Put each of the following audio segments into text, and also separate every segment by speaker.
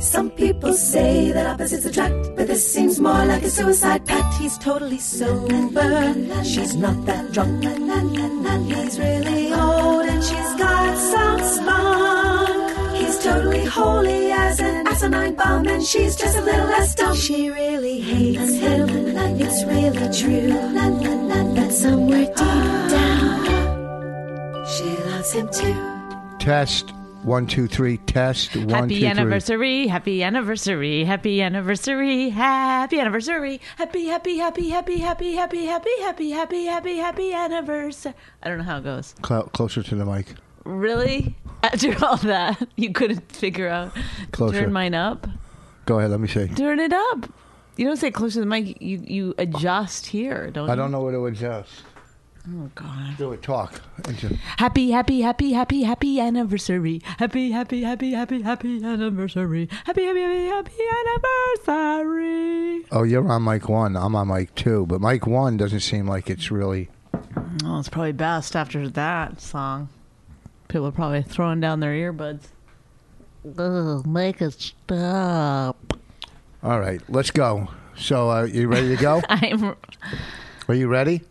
Speaker 1: Some people say that opposites attract, but this seems more like a suicide pact. He's totally sober, she's not that drunk. He's really old and she's got some spunk. He's totally holy as an asinine bomb, and she's just a little less dumb. She really hates him, it's really true. But somewhere deep down, she loves him too.
Speaker 2: Test one two three. Test one two three.
Speaker 3: Happy anniversary, happy anniversary, happy anniversary, happy anniversary, happy, happy, happy, happy, happy, happy, happy, happy, happy, happy, happy anniversary. I don't know how it goes.
Speaker 2: Cl- closer to the mic.
Speaker 3: Really? After all that, you couldn't figure out to
Speaker 2: Closer.
Speaker 3: turn mine up?
Speaker 2: Go ahead. Let me see.
Speaker 3: Turn it up. You don't say closer to the mic, you, you adjust here, don't you?
Speaker 2: I don't know where to adjust.
Speaker 3: Oh, God.
Speaker 2: Do it. Talk. Into-
Speaker 3: Happy, happy, happy, happy, happy anniversary. Happy, happy, happy, happy, happy anniversary. Happy, happy, happy, happy anniversary.
Speaker 2: Oh, you're on mic one. I'm on mic two. But mic one doesn't seem like it's really.
Speaker 3: Oh, it's probably best after that song. People are probably throwing down their earbuds. Ugh, make it stop.
Speaker 2: All right. Let's go. So, uh, you ready to go?
Speaker 3: I'm.
Speaker 2: Are you ready?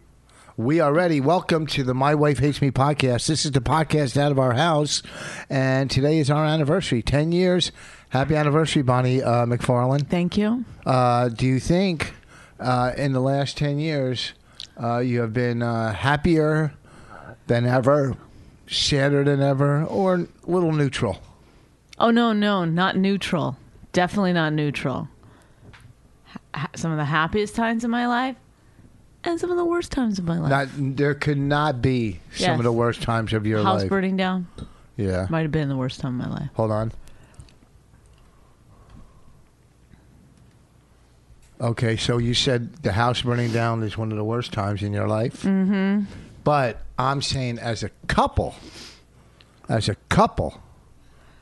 Speaker 2: We are ready. Welcome to the My Wife Hates Me podcast. This is the podcast out of our house, and today is our anniversary 10 years. Happy anniversary, Bonnie uh, McFarlane.
Speaker 3: Thank you.
Speaker 2: Uh, do you think uh, in the last 10 years uh, you have been uh, happier than ever, sadder than ever, or a little neutral?
Speaker 3: Oh, no, no, not neutral. Definitely not neutral. Ha- some of the happiest times in my life and some of the worst times of my life.
Speaker 2: Not, there could not be some
Speaker 3: Yes.
Speaker 2: of the worst times of your
Speaker 3: House
Speaker 2: life.
Speaker 3: burning down
Speaker 2: Yeah.
Speaker 3: might have been the worst time of my life.
Speaker 2: Hold on. Okay, so you said the house burning down is one of the worst times in your life. Mm-hmm. But I'm saying, as a couple, as a couple,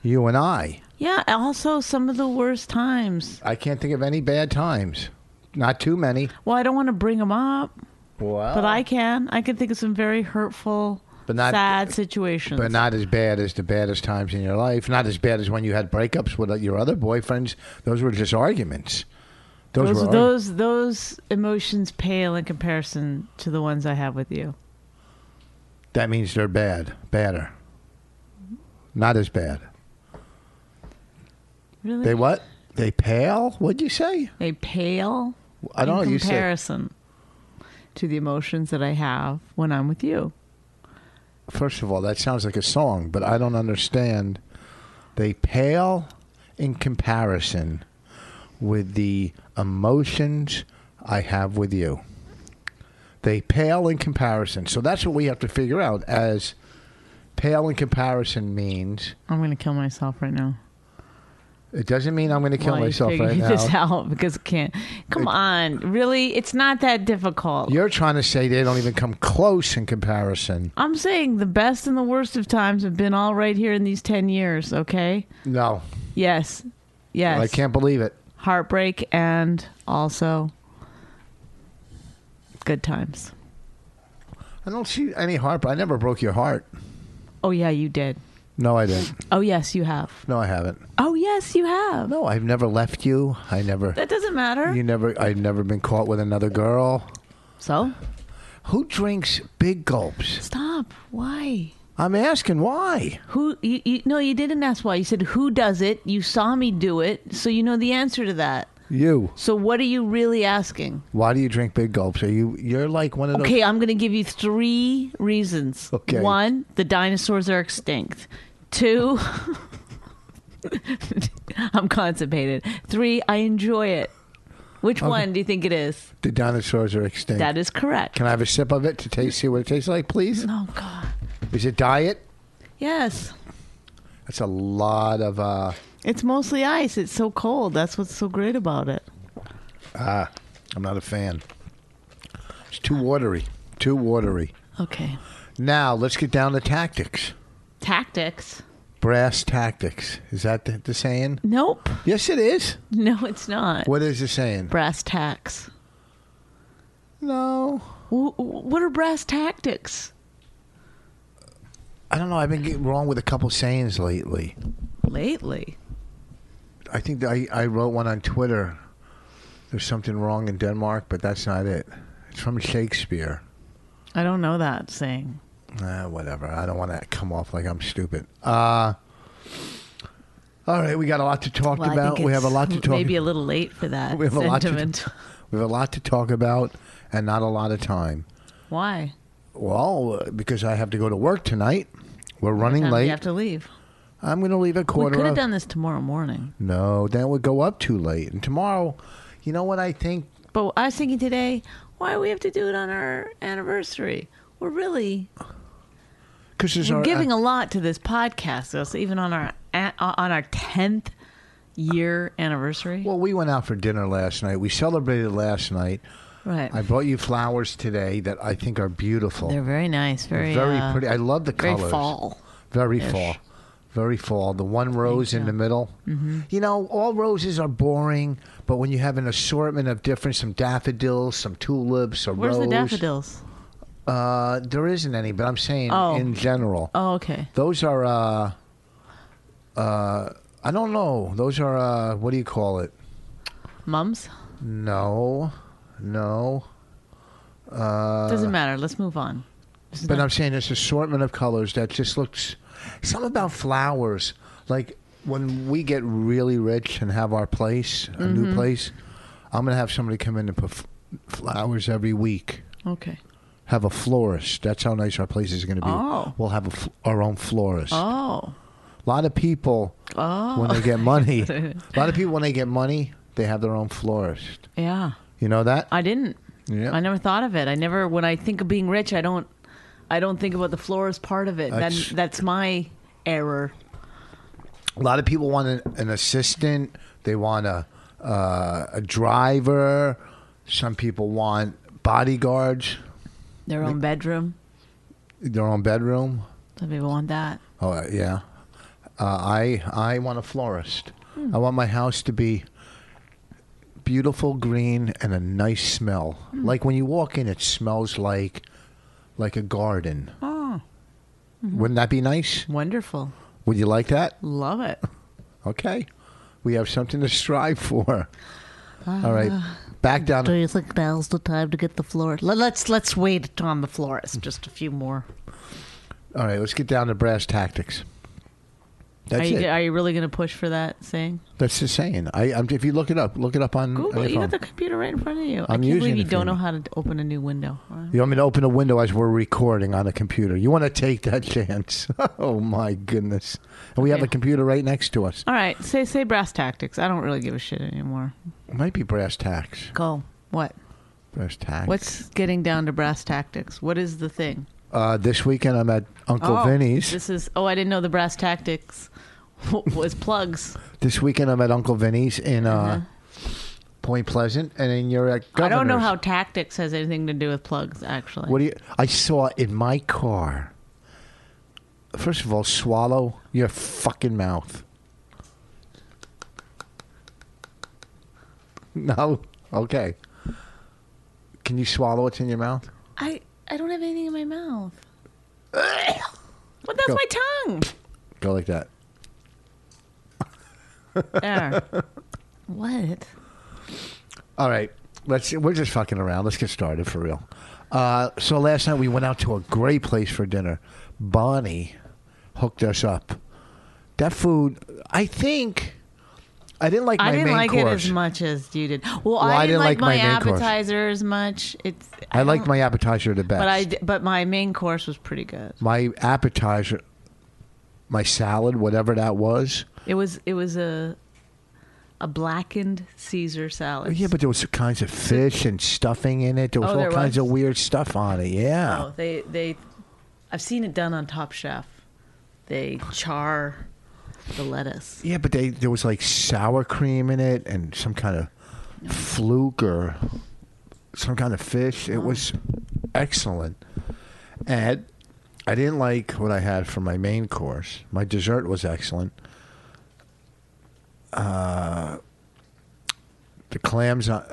Speaker 2: you and I,
Speaker 3: Yeah, also some of the worst times.
Speaker 2: I can't think of any bad times. Not too many.
Speaker 3: Well, I don't want to bring them up,
Speaker 2: Wow.
Speaker 3: but I can. I can think of some very hurtful,
Speaker 2: Oh. But not-
Speaker 3: sad situations.
Speaker 2: But not as bad as the baddest times in your life. Not as bad as when you had breakups with your other boyfriends. Those were just arguments. Those,
Speaker 3: those
Speaker 2: were argu-
Speaker 3: those those emotions pale in comparison to the ones I have with you.
Speaker 2: That means they're bad, badder. Not as bad.
Speaker 3: Really,
Speaker 2: They what? They pale? What'd you say?
Speaker 3: They pale.
Speaker 2: I don't know.
Speaker 3: in
Speaker 2: You said
Speaker 3: comparison to the emotions that I have when I'm with you.
Speaker 2: first of all, that sounds like a song, but I don't understand. They pale in comparison with the emotions I have with you. They pale in comparison. So that's what we have to figure out. As pale in comparison means,
Speaker 3: I'm gonna kill myself right now.
Speaker 2: it doesn't mean I'm going to kill
Speaker 3: While you
Speaker 2: myself
Speaker 3: figure
Speaker 2: right now.
Speaker 3: this out because I can't. Come on, really, it's not that difficult.
Speaker 2: You're trying to say they don't even come close in comparison.
Speaker 3: I'm saying the best and the worst of times have been all right here in these 10 years, okay?
Speaker 2: No,
Speaker 3: Yes. Yes.
Speaker 2: I can't believe it.
Speaker 3: Heartbreak and also good times.
Speaker 2: I don't see any heart. I never broke your heart.
Speaker 3: Oh, yeah, you did.
Speaker 2: No, I didn't.
Speaker 3: Oh, yes, you have.
Speaker 2: No, I haven't.
Speaker 3: Oh, yes, you have.
Speaker 2: No, I've never left you. I never.
Speaker 3: That doesn't matter.
Speaker 2: You never. I've never been caught with another girl.
Speaker 3: so?
Speaker 2: Who drinks big gulps?
Speaker 3: Stop. Why?
Speaker 2: I'm asking why.
Speaker 3: Who? You, you, no, you didn't ask why. You said, who does it? You saw me do it, so you know the answer to that.
Speaker 2: You.
Speaker 3: So, what are you really asking?
Speaker 2: Why do you drink big gulps? Are you? You're like one of those.
Speaker 3: Okay, I'm going to give you three reasons.
Speaker 2: Okay.
Speaker 3: One, the dinosaurs are extinct. Two, I'm constipated. Three, I enjoy it. Which one do you think it is?
Speaker 2: The dinosaurs are extinct.
Speaker 3: That is correct.
Speaker 2: Can I have a sip of it to taste? See what it tastes like, please.
Speaker 3: oh, God.
Speaker 2: Is it diet?
Speaker 3: Yes.
Speaker 2: That's a lot of. uh
Speaker 3: It's mostly ice. It's so cold. That's what's so great about it.
Speaker 2: Ah, I'm not a fan. It's too watery. Too watery.
Speaker 3: Okay.
Speaker 2: Now let's get down to tactics.
Speaker 3: Tactics.
Speaker 2: Brass tactics. Is that the, the saying?
Speaker 3: Nope.
Speaker 2: Yes, it is.
Speaker 3: No, it's not.
Speaker 2: What is the saying?
Speaker 3: Brass tacks.
Speaker 2: No,
Speaker 3: W- w- What are brass tactics?
Speaker 2: I don't know. I've been getting wrong with a couple sayings lately.
Speaker 3: Lately.
Speaker 2: I think that I, I wrote one on Twitter. There's something wrong in Denmark, but that's not it. It's from Shakespeare.
Speaker 3: I don't know that saying.
Speaker 2: Ah, whatever. I don't want to come off like I'm stupid. Uh, all right, we got a lot to talk
Speaker 3: Well, I
Speaker 2: about.
Speaker 3: think
Speaker 2: We have a
Speaker 3: it's
Speaker 2: lot to talk.
Speaker 3: Maybe a little late for that.
Speaker 2: we have a lot to,
Speaker 3: sentiment.
Speaker 2: we have a lot to talk about, and not a lot of time.
Speaker 3: Why?
Speaker 2: Well, uh, because I have to go to work tonight. We're running
Speaker 3: Time
Speaker 2: late.
Speaker 3: You have to leave.
Speaker 2: I'm going to leave at
Speaker 3: We
Speaker 2: quarter.
Speaker 3: could have
Speaker 2: of-
Speaker 3: done this tomorrow morning,
Speaker 2: No, that would go up too late. And tomorrow, you know what I think?
Speaker 3: but I was thinking today, why we have to do it on our anniversary? We're really
Speaker 2: Because there's
Speaker 3: we're
Speaker 2: our, uh,
Speaker 3: giving a lot to this podcast, us even on our a- on our tenth year anniversary.
Speaker 2: Well, we went out for dinner last night. We celebrated last night.
Speaker 3: right?
Speaker 2: I brought you flowers today that I think are beautiful.
Speaker 3: They're very nice, very
Speaker 2: very
Speaker 3: uh,
Speaker 2: pretty. I love the
Speaker 3: very
Speaker 2: colors.
Speaker 3: fall.
Speaker 2: Very fall. Very fall. The one rose in the middle. Mm-hmm. You know, all roses are boring, but when you have an assortment of different, some daffodils, some tulips, a
Speaker 3: Where's
Speaker 2: rose.
Speaker 3: the daffodils?
Speaker 2: Uh, there isn't any, but I'm saying
Speaker 3: Oh.
Speaker 2: in general.
Speaker 3: Oh, okay.
Speaker 2: Those are uh uh I don't know. Those are uh what do you call it?
Speaker 3: Mums.
Speaker 2: No. No.
Speaker 3: Doesn't matter. Let's move on. This is
Speaker 2: Uh, But
Speaker 3: not-
Speaker 2: I'm saying this assortment of colors that just looks something about flowers. Like when we get really rich and have our place, a new
Speaker 3: Mm-hmm.
Speaker 2: place, I'm going to have somebody come in and put f- flowers every week.
Speaker 3: okay.
Speaker 2: Have a florist. That's how nice our place is going to be.
Speaker 3: Oh.
Speaker 2: We'll have a fl- our own florist.
Speaker 3: Oh,
Speaker 2: A lot of people
Speaker 3: Oh.
Speaker 2: when they get money. a lot of people when they get money, they have their own florist.
Speaker 3: yeah.
Speaker 2: You know that?
Speaker 3: I didn't.
Speaker 2: Yeah.
Speaker 3: I never thought of it. I never. When I think of being rich, I don't. I don't think about the florist part of it.
Speaker 2: That's-
Speaker 3: That's, that, that's my error.
Speaker 2: a lot of people want an, an assistant. They want a uh, a driver. Some people want bodyguards,
Speaker 3: Their own bedroom.
Speaker 2: their own bedroom.
Speaker 3: Some people want that.
Speaker 2: Oh uh, yeah, uh, I I want a florist. I want my house to be beautiful green and a nice smell. Like when you walk in, it smells like like a garden.
Speaker 3: Oh,
Speaker 2: Wouldn't that be nice?
Speaker 3: wonderful.
Speaker 2: Would you like that?
Speaker 3: Love it.
Speaker 2: Okay, we have something to strive for. All right, back down.
Speaker 3: Ah. you think now's the time to get the florist? Let's let's wait on the
Speaker 2: Mm.
Speaker 3: florist. Just a few more.
Speaker 2: All right, let's get down to brass tactics. That's
Speaker 3: are you
Speaker 2: it.
Speaker 3: are you really going to push for that saying?
Speaker 2: That's the saying. I, I'm, if you look it up, look it up on.
Speaker 3: Google.
Speaker 2: on your
Speaker 3: You got the
Speaker 2: phone.
Speaker 3: computer right in front of you.
Speaker 2: Mm,
Speaker 3: I
Speaker 2: I'm
Speaker 3: can't
Speaker 2: using
Speaker 3: believe you
Speaker 2: it for
Speaker 3: don't
Speaker 2: you.
Speaker 3: know how to open a new window.
Speaker 2: You want me to open a window as we're recording on a computer? You want to take that chance? oh my goodness! And we have a
Speaker 3: Okay.
Speaker 2: computer right next to us.
Speaker 3: All right, say say brass tactics. I don't really give a shit anymore.
Speaker 2: It might be brass tacks.
Speaker 3: Go. What?
Speaker 2: Brass tacks.
Speaker 3: What's getting down to brass tactics? What is the thing? Oh,
Speaker 2: uh, this weekend? I'm at Uncle Vinny's.
Speaker 3: This is. Oh, I didn't know the brass tactics was plugs.
Speaker 2: This weekend I'm at Uncle Vinny's in uh, Point Pleasant, and then you're at.
Speaker 3: Uh-huh. I
Speaker 2: Governor's.
Speaker 3: don't know how tactics has anything to do with plugs. Actually,
Speaker 2: What do you? I saw in my car. First of all, swallow your fucking mouth. No. Okay. Can you swallow what's in your mouth?
Speaker 3: I I don't have anything in my mouth. But that's
Speaker 2: Go.
Speaker 3: my tongue.
Speaker 2: Go like that.
Speaker 3: There. what?
Speaker 2: All right. Let's. We're just fucking around. Let's get started for real. Uh, so last night we went out to a great place for dinner. Bonnie hooked us up. That food, I think, I didn't like my
Speaker 3: I didn't
Speaker 2: main
Speaker 3: like
Speaker 2: course.
Speaker 3: it as much as you did. Well,
Speaker 2: I didn't
Speaker 3: I, didn't
Speaker 2: like
Speaker 3: like,
Speaker 2: my
Speaker 3: my,
Speaker 2: main course.
Speaker 3: appetizer as much. It's.
Speaker 2: I, liked
Speaker 3: don't-
Speaker 2: my appetizer the best.
Speaker 3: But I d- but my main course was pretty good.
Speaker 2: my appetizer, my salad, whatever that was.
Speaker 3: It was it was a a blackened Caesar salad.
Speaker 2: Oh, Yeah, but there was kinds of fish and stuffing in it. There was
Speaker 3: Oh,
Speaker 2: all
Speaker 3: there
Speaker 2: kinds
Speaker 3: was?
Speaker 2: of weird stuff on it. Yeah.
Speaker 3: Oh, they they I've seen it done on Top Chef. They char the lettuce.
Speaker 2: Yeah, but they there was like sour cream in it and some kind of fluke or some kind of fish. It was excellent. And I didn't like what I had for my main course. My dessert was excellent. Uh, the clams on,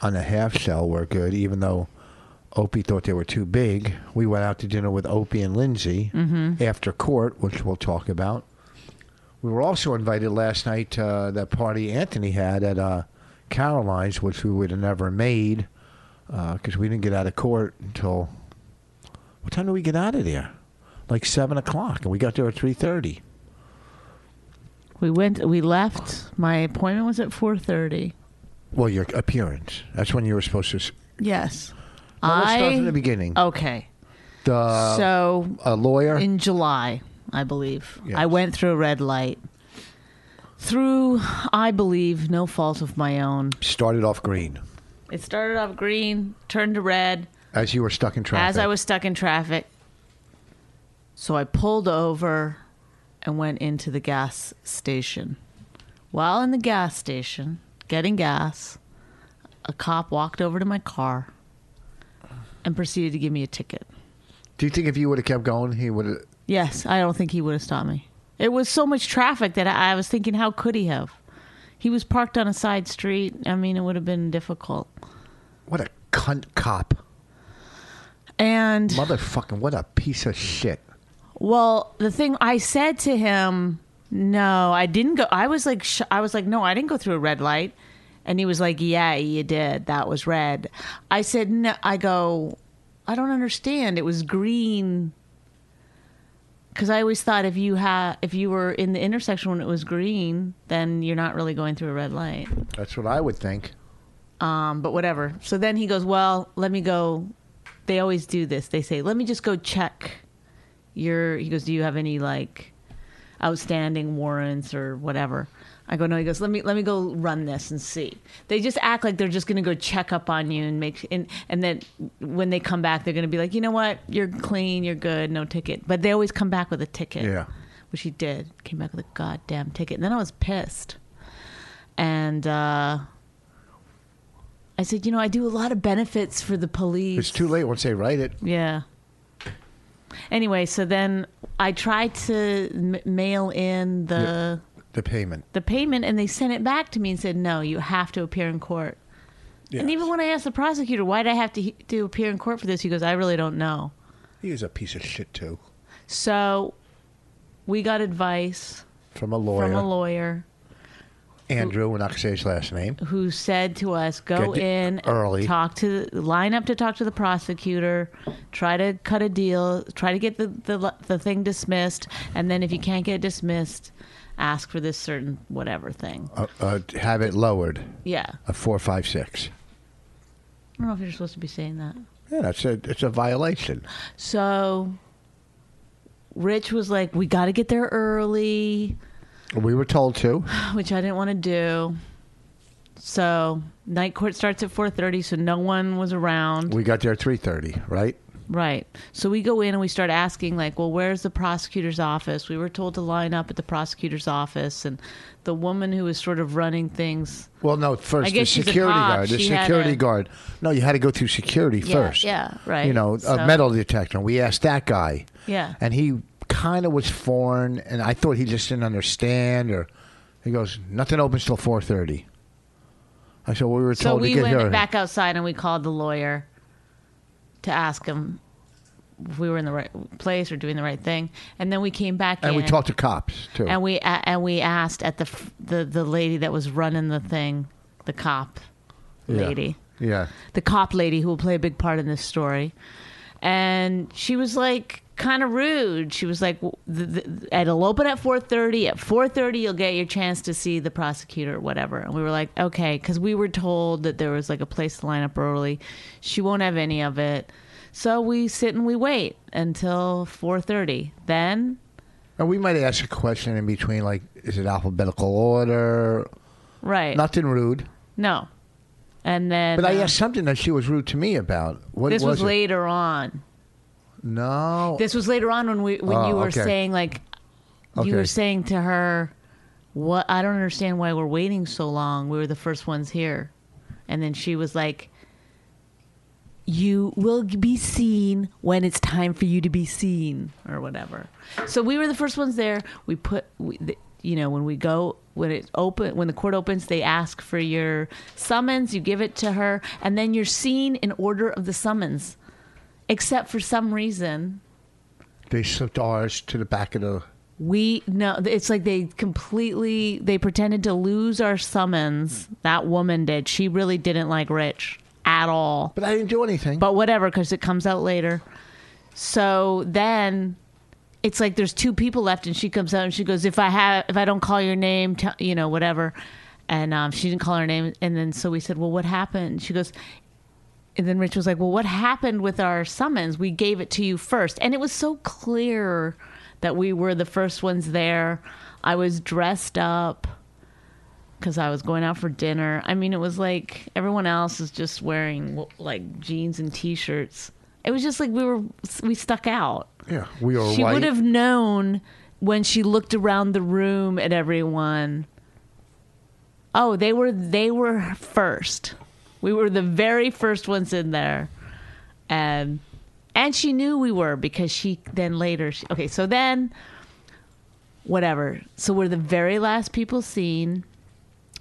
Speaker 2: on a half shell were good, even though Opie thought they were too big. We went out to dinner with Opie and Lindsay after court, which we'll talk about. We were also invited last night to uh, that party Anthony had at uh, Caroline's, which we would have never made because we didn't get out of court until what time did we get out of there? Like seven o'clock, and we got there at three thirty.
Speaker 3: We went. We left. My appointment was at four thirty.
Speaker 2: Well, your appearance—that's when you were supposed to. s-
Speaker 3: Yes.
Speaker 2: Well, let's
Speaker 3: I
Speaker 2: start from the beginning. Uh,
Speaker 3: okay.
Speaker 2: the
Speaker 3: so
Speaker 2: a lawyer.
Speaker 3: in July, I believe.
Speaker 2: Yes.
Speaker 3: I went through a red light. Through, I believe, no fault of my own.
Speaker 2: started off green
Speaker 3: It started off green, turned to red
Speaker 2: as you were stuck in traffic.
Speaker 3: as I was stuck in traffic. So I pulled over and went into the gas station. While in the gas station, getting gas, a cop walked over to my car and proceeded to give me a ticket.
Speaker 2: Do you think if you would have kept going, he would have?
Speaker 3: Yes, I don't think he would have stopped me. It was so much traffic that I I was thinking, how could he have? He was parked on a side street. I mean, it would have been difficult.
Speaker 2: What a cunt cop!
Speaker 3: And
Speaker 2: Motherfucking what a piece of shit!
Speaker 3: well, the thing I said to him, no, I didn't go. I was like, sh- I was like, no, I didn't go through a red light. And he was like, yeah, you did. That was red. I said, no, I go, I don't understand. It was green. Because I always thought if you ha- if you were in the intersection when it was green, then you're not really going through a red light.
Speaker 2: That's what I would think.
Speaker 3: um, but whatever. So then he goes, "Well, let me go." They always do this. They say, "Let me just go check your." He goes, "Do you have any like outstanding warrants or whatever?" I go, "No." He goes, "Let me let me go run this and see." They just act like they're just going to go check up on you and make and and then when they come back, they're going to be like, "You know what? You're clean. You're good. No ticket." But they always come back with a ticket.
Speaker 2: Yeah.
Speaker 3: Which he did. Came back with a goddamn ticket. And then I was pissed. And uh I said, you know, I do a lot of benefits for the police.
Speaker 2: It's too late once they write it.
Speaker 3: Yeah. Anyway, so then I tried to m- mail in the
Speaker 2: The payment.
Speaker 3: the payment, and they sent it back to me and said, no, you have to appear in court. And even when I asked the prosecutor, why did I have to, he- to appear in court for this? He goes, I really don't know.
Speaker 2: he was a piece of shit too,
Speaker 3: So we got advice
Speaker 2: from a lawyer.
Speaker 3: from a lawyer
Speaker 2: Andrew, we're not gonna say his last name.
Speaker 3: who said to us, "Go
Speaker 2: Get it
Speaker 3: in
Speaker 2: early.
Speaker 3: talk to line up to talk to the prosecutor, try to cut a deal, try to get the the, the thing dismissed, and then if you can't get it dismissed, ask for this certain whatever thing."
Speaker 2: Uh, uh, have it lowered.
Speaker 3: Yeah,
Speaker 2: A four, five, six.
Speaker 3: I don't know if you're supposed to be saying that.
Speaker 2: Yeah, that's a it's a violation.
Speaker 3: So, Rich was like, "We got to get there early,"
Speaker 2: We were told to.
Speaker 3: which I didn't want to do. So night court starts at four thirty, so no one was around.
Speaker 2: We got there at three thirty, right?
Speaker 3: Right. So we go in and we start asking, like, well, where's the prosecutor's office? We were told to line up at the prosecutor's office, and the woman who was sort of running things.
Speaker 2: Well, no. First,
Speaker 3: I guess
Speaker 2: the
Speaker 3: she's a
Speaker 2: security
Speaker 3: cop.
Speaker 2: guard. The
Speaker 3: She had
Speaker 2: security
Speaker 3: a-
Speaker 2: guard. No, you had to go through security
Speaker 3: Yeah,
Speaker 2: first.
Speaker 3: yeah, right.
Speaker 2: You know,
Speaker 3: So-
Speaker 2: a metal detector. We asked that guy.
Speaker 3: Yeah.
Speaker 2: And he kind of was foreign, and I thought he just didn't understand. Or he goes, "Nothing opens till 4.30. I said, well, "We were
Speaker 3: So
Speaker 2: told to
Speaker 3: we
Speaker 2: get
Speaker 3: went
Speaker 2: here."
Speaker 3: back outside and we called the lawyer to ask him if we were in the right place or doing the right thing, and then we came back
Speaker 2: and
Speaker 3: in,
Speaker 2: we talked to cops too.
Speaker 3: and we a and we asked at the f- the the lady that was running the thing, the cop
Speaker 2: Yeah.
Speaker 3: lady.
Speaker 2: Yeah.
Speaker 3: the cop lady who will play a big part in this story. And she was like kind of rude. She was like, w- the, the, "It'll open at four thirty. At four thirty, you'll get your chance to see the prosecutor, or whatever." And we were like, "Okay," because we were told that there was like a place to line up early. She won't have any of it, so we sit and we wait until four thirty. Then
Speaker 2: And we might ask a question in between, like, "Is it alphabetical order?"
Speaker 3: right?
Speaker 2: Nothing rude.
Speaker 3: no, and then
Speaker 2: But I
Speaker 3: uh,
Speaker 2: asked something that she was rude to me about. What
Speaker 3: this was
Speaker 2: it?
Speaker 3: later on.
Speaker 2: No.
Speaker 3: This was later on when we when
Speaker 2: Oh,
Speaker 3: you were
Speaker 2: okay.
Speaker 3: saying like you were
Speaker 2: Okay.
Speaker 3: saying to her, "What? I don't understand why we're waiting so long. We were the first ones here," and then she was like, you will be seen when it's time for you to be seen or whatever. So we were the first ones there. We put, we, the, you know, when we go, when it's open, when the court opens, they ask for your summons. You give it to her, and then you're seen in order of the summons, except for some reason
Speaker 2: They slipped ours to the back of the.
Speaker 3: we no it's like they completely they pretended to lose our summons that woman did she really didn't like rich at all
Speaker 2: But I didn't do anything.
Speaker 3: but whatever because it comes out later so then it's like there's two people left and she comes out and she goes if i have if i don't call your name tell, you know whatever and um, she didn't call her name and then so we said well what happened she goes and then rich was like well what happened with our summons we gave it to you first and it was so clear that we were the first ones there i was dressed up because I was going out for dinner. I mean, it was like everyone else is just wearing like jeans and t-shirts. It was just like we were we stuck out.
Speaker 2: yeah, we are
Speaker 3: She
Speaker 2: white.
Speaker 3: would have known when she looked around the room at everyone. Oh, they were they were first. We were the very first ones in there. And and she knew we were because she then later she, okay, so then whatever. So we're the very last people seen.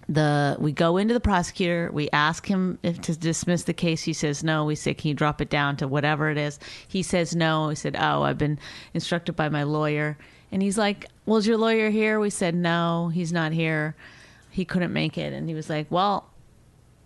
Speaker 3: The we go into the prosecutor, we ask him if to dismiss the case. He says no. We say, "Can you drop it down to whatever it is?" He says no. He said, "Oh, I've been instructed by my lawyer." And he's like, "Well, is your lawyer here?" We said, "No, he's not here. He couldn't make it." And he was like, "Well,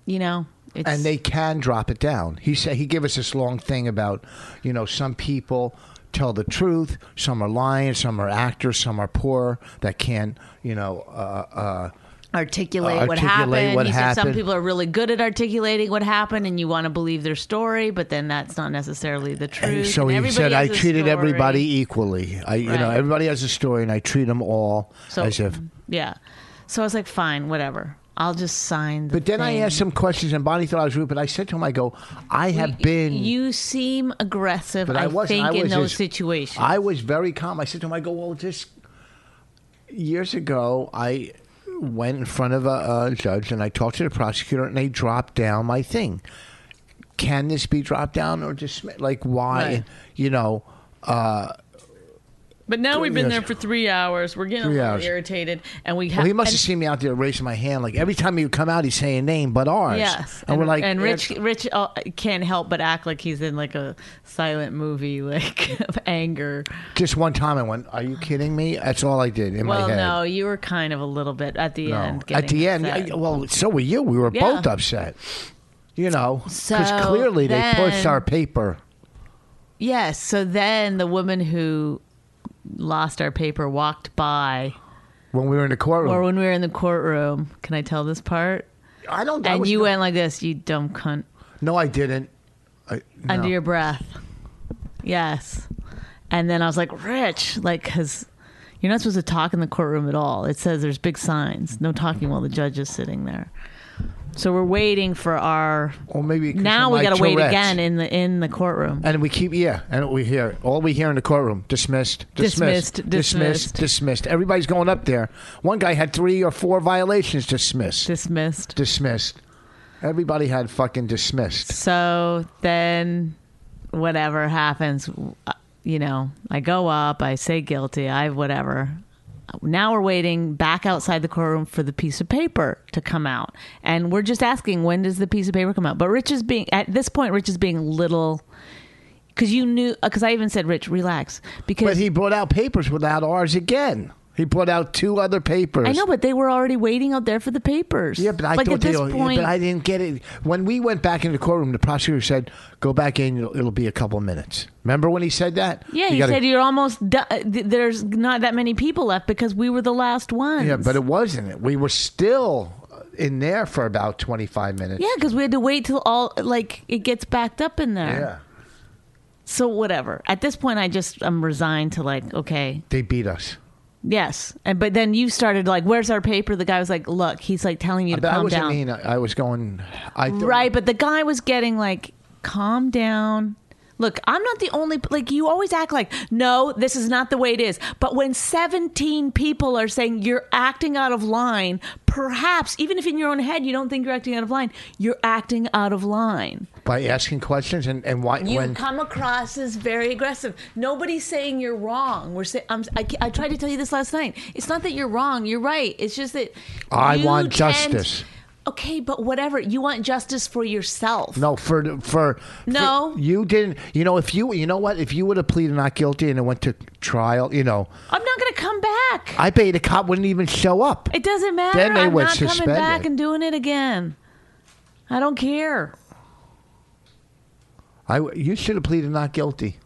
Speaker 3: you know, it's,
Speaker 2: and they can drop it down. He said he gave us this long thing about, you know, some people tell the truth, some are lying, some are actors, some are poor that can't, you know, uh, uh,
Speaker 3: articulate, what
Speaker 2: Articulate
Speaker 3: happened.
Speaker 2: what
Speaker 3: he said some
Speaker 2: happened.
Speaker 3: people are really good at articulating what happened, and you want to believe their story, but then that's not necessarily the truth.
Speaker 2: And so
Speaker 3: And
Speaker 2: he
Speaker 3: everybody
Speaker 2: said,
Speaker 3: has
Speaker 2: "I
Speaker 3: a
Speaker 2: treated
Speaker 3: story."
Speaker 2: everybody equally. I, you know,
Speaker 3: Right.
Speaker 2: everybody has a story, and I treat them all
Speaker 3: So-
Speaker 2: as if."
Speaker 3: Yeah. So I was like, fine, whatever. I'll just sign. The
Speaker 2: But then I
Speaker 3: thing."
Speaker 2: asked some questions, and Bonnie thought I was rude. But I said to him, "I go, I have been."
Speaker 3: You seem aggressive.
Speaker 2: but
Speaker 3: I,
Speaker 2: I, wasn't.
Speaker 3: think
Speaker 2: I was
Speaker 3: in those
Speaker 2: just-
Speaker 3: situations.
Speaker 2: I was very calm. I said to him, "I go, well, just years ago, I went in front of a, a judge and I talked to the prosecutor, and they dropped down my thing. Can this be dropped down or dismissed? Like, why?
Speaker 3: Right.
Speaker 2: You know."
Speaker 3: but now we've
Speaker 2: been
Speaker 3: been
Speaker 2: yes. there
Speaker 3: there for three hours. We're getting
Speaker 2: Three
Speaker 3: a
Speaker 2: little
Speaker 3: little
Speaker 2: hours.
Speaker 3: irritated, and we
Speaker 2: Well, he must have seen me out there raising my hand. Like every time he would come out, he'd say a name, but ours.
Speaker 3: Yes,
Speaker 2: and, we're like,
Speaker 3: and Rich,
Speaker 2: "That's-
Speaker 3: Rich uh, can't help but act like he's in like a silent movie, like of anger.
Speaker 2: Just one time, I went, "Are you kidding me?" That's all I did in
Speaker 3: Well,
Speaker 2: my head.
Speaker 3: no, you were kind of a little bit at the
Speaker 2: No.
Speaker 3: end.
Speaker 2: at the
Speaker 3: getting
Speaker 2: end,
Speaker 3: upset.
Speaker 2: I- well, so were you. We were
Speaker 3: Yeah.
Speaker 2: both upset. You know, because
Speaker 3: So
Speaker 2: clearly they pushed
Speaker 3: then-
Speaker 2: our paper.
Speaker 3: Yes. So then the woman who lost our paper walked by,
Speaker 2: when we were in the courtroom.
Speaker 3: or when we were in the courtroom. Can I tell this part?
Speaker 2: I don't. that
Speaker 3: And
Speaker 2: was
Speaker 3: you
Speaker 2: no,
Speaker 3: went like this, you dumb cunt,
Speaker 2: No, I didn't. I, no.
Speaker 3: under your breath. Yes. And then I was like, Rich, like, because you're not supposed to talk in the courtroom at all. It says there's big signs, no talking while the judge is sitting there. So we're waiting for our.
Speaker 2: Well, maybe 'cause
Speaker 3: Now
Speaker 2: of
Speaker 3: we
Speaker 2: my
Speaker 3: got to wait
Speaker 2: Tourette's.
Speaker 3: again in the in the courtroom.
Speaker 2: And we keep yeah, and we hear all we hear in the courtroom dismissed, dismissed,
Speaker 3: Dismissed,
Speaker 2: dismissed,
Speaker 3: dismissed.
Speaker 2: dismissed. Everybody's going up there. One guy had three or four violations dismissed,
Speaker 3: Dismissed.
Speaker 2: dismissed. Everybody had fucking dismissed.
Speaker 3: So then, whatever happens, uh, you know, I go up, I say guilty, I whatever. Now we're waiting back outside the courtroom for the piece of paper to come out, and we're just asking when does the piece of paper come out. But Rich is being at this point, Rich is being a little because you knew because I even said, Rich, relax because
Speaker 2: But he brought out papers without ours again. He brought out two other papers.
Speaker 3: I know, but they were already waiting out there for the papers.
Speaker 2: Yeah, but I
Speaker 3: like
Speaker 2: thought
Speaker 3: at
Speaker 2: they
Speaker 3: this
Speaker 2: all- yeah,
Speaker 3: point,
Speaker 2: but I didn't get it. When we went back in the courtroom, the prosecutor said, "Go back in. It'll, it'll be a couple minutes." Remember when he said that?
Speaker 3: Yeah,
Speaker 2: You
Speaker 3: he
Speaker 2: gotta-
Speaker 3: said you're almost. Du- uh, th- there's not that many people left because we were the last ones.
Speaker 2: Yeah, but it wasn't. We were still in there for about twenty five minutes.
Speaker 3: yeah, because we had to wait till all like it gets backed up in there.
Speaker 2: Yeah.
Speaker 3: So whatever. At this point, I just I'm resigned to like okay,
Speaker 2: They beat us.
Speaker 3: yes. And but then you started like, where's our paper? The guy was like, look, he's like telling you to
Speaker 2: But I
Speaker 3: calm
Speaker 2: wasn't
Speaker 3: down.
Speaker 2: mean. I, I was going. I thought-
Speaker 3: Right, but the guy was getting like, calm down. Look, I'm not the only like you always act like no, this is not the way it is. But when 17 people are saying you're acting out of line, perhaps even if in your own head you don't think you're acting out of line, you're acting out of line.
Speaker 2: by asking questions and and why
Speaker 3: You
Speaker 2: when
Speaker 3: come across as very aggressive. Nobody's saying you're wrong. We're saying I'm, I, ca- I tried to tell you this last night. It's not that you're wrong. You're right. It's just that
Speaker 2: I
Speaker 3: you
Speaker 2: want
Speaker 3: tend-
Speaker 2: justice.
Speaker 3: Okay, but whatever. You want justice for yourself.
Speaker 2: No, for the- for
Speaker 3: No.
Speaker 2: for- you didn't. You know, if you you know what, if you would have pleaded not guilty and it went to trial, you know,
Speaker 3: I'm not going to come back.
Speaker 2: I bet the cop wouldn't even show up.
Speaker 3: It doesn't matter.
Speaker 2: Then they
Speaker 3: I'm
Speaker 2: would
Speaker 3: not
Speaker 2: suspend
Speaker 3: coming back
Speaker 2: it.
Speaker 3: and doing it again. I don't care.
Speaker 2: I w you should have pleaded not guilty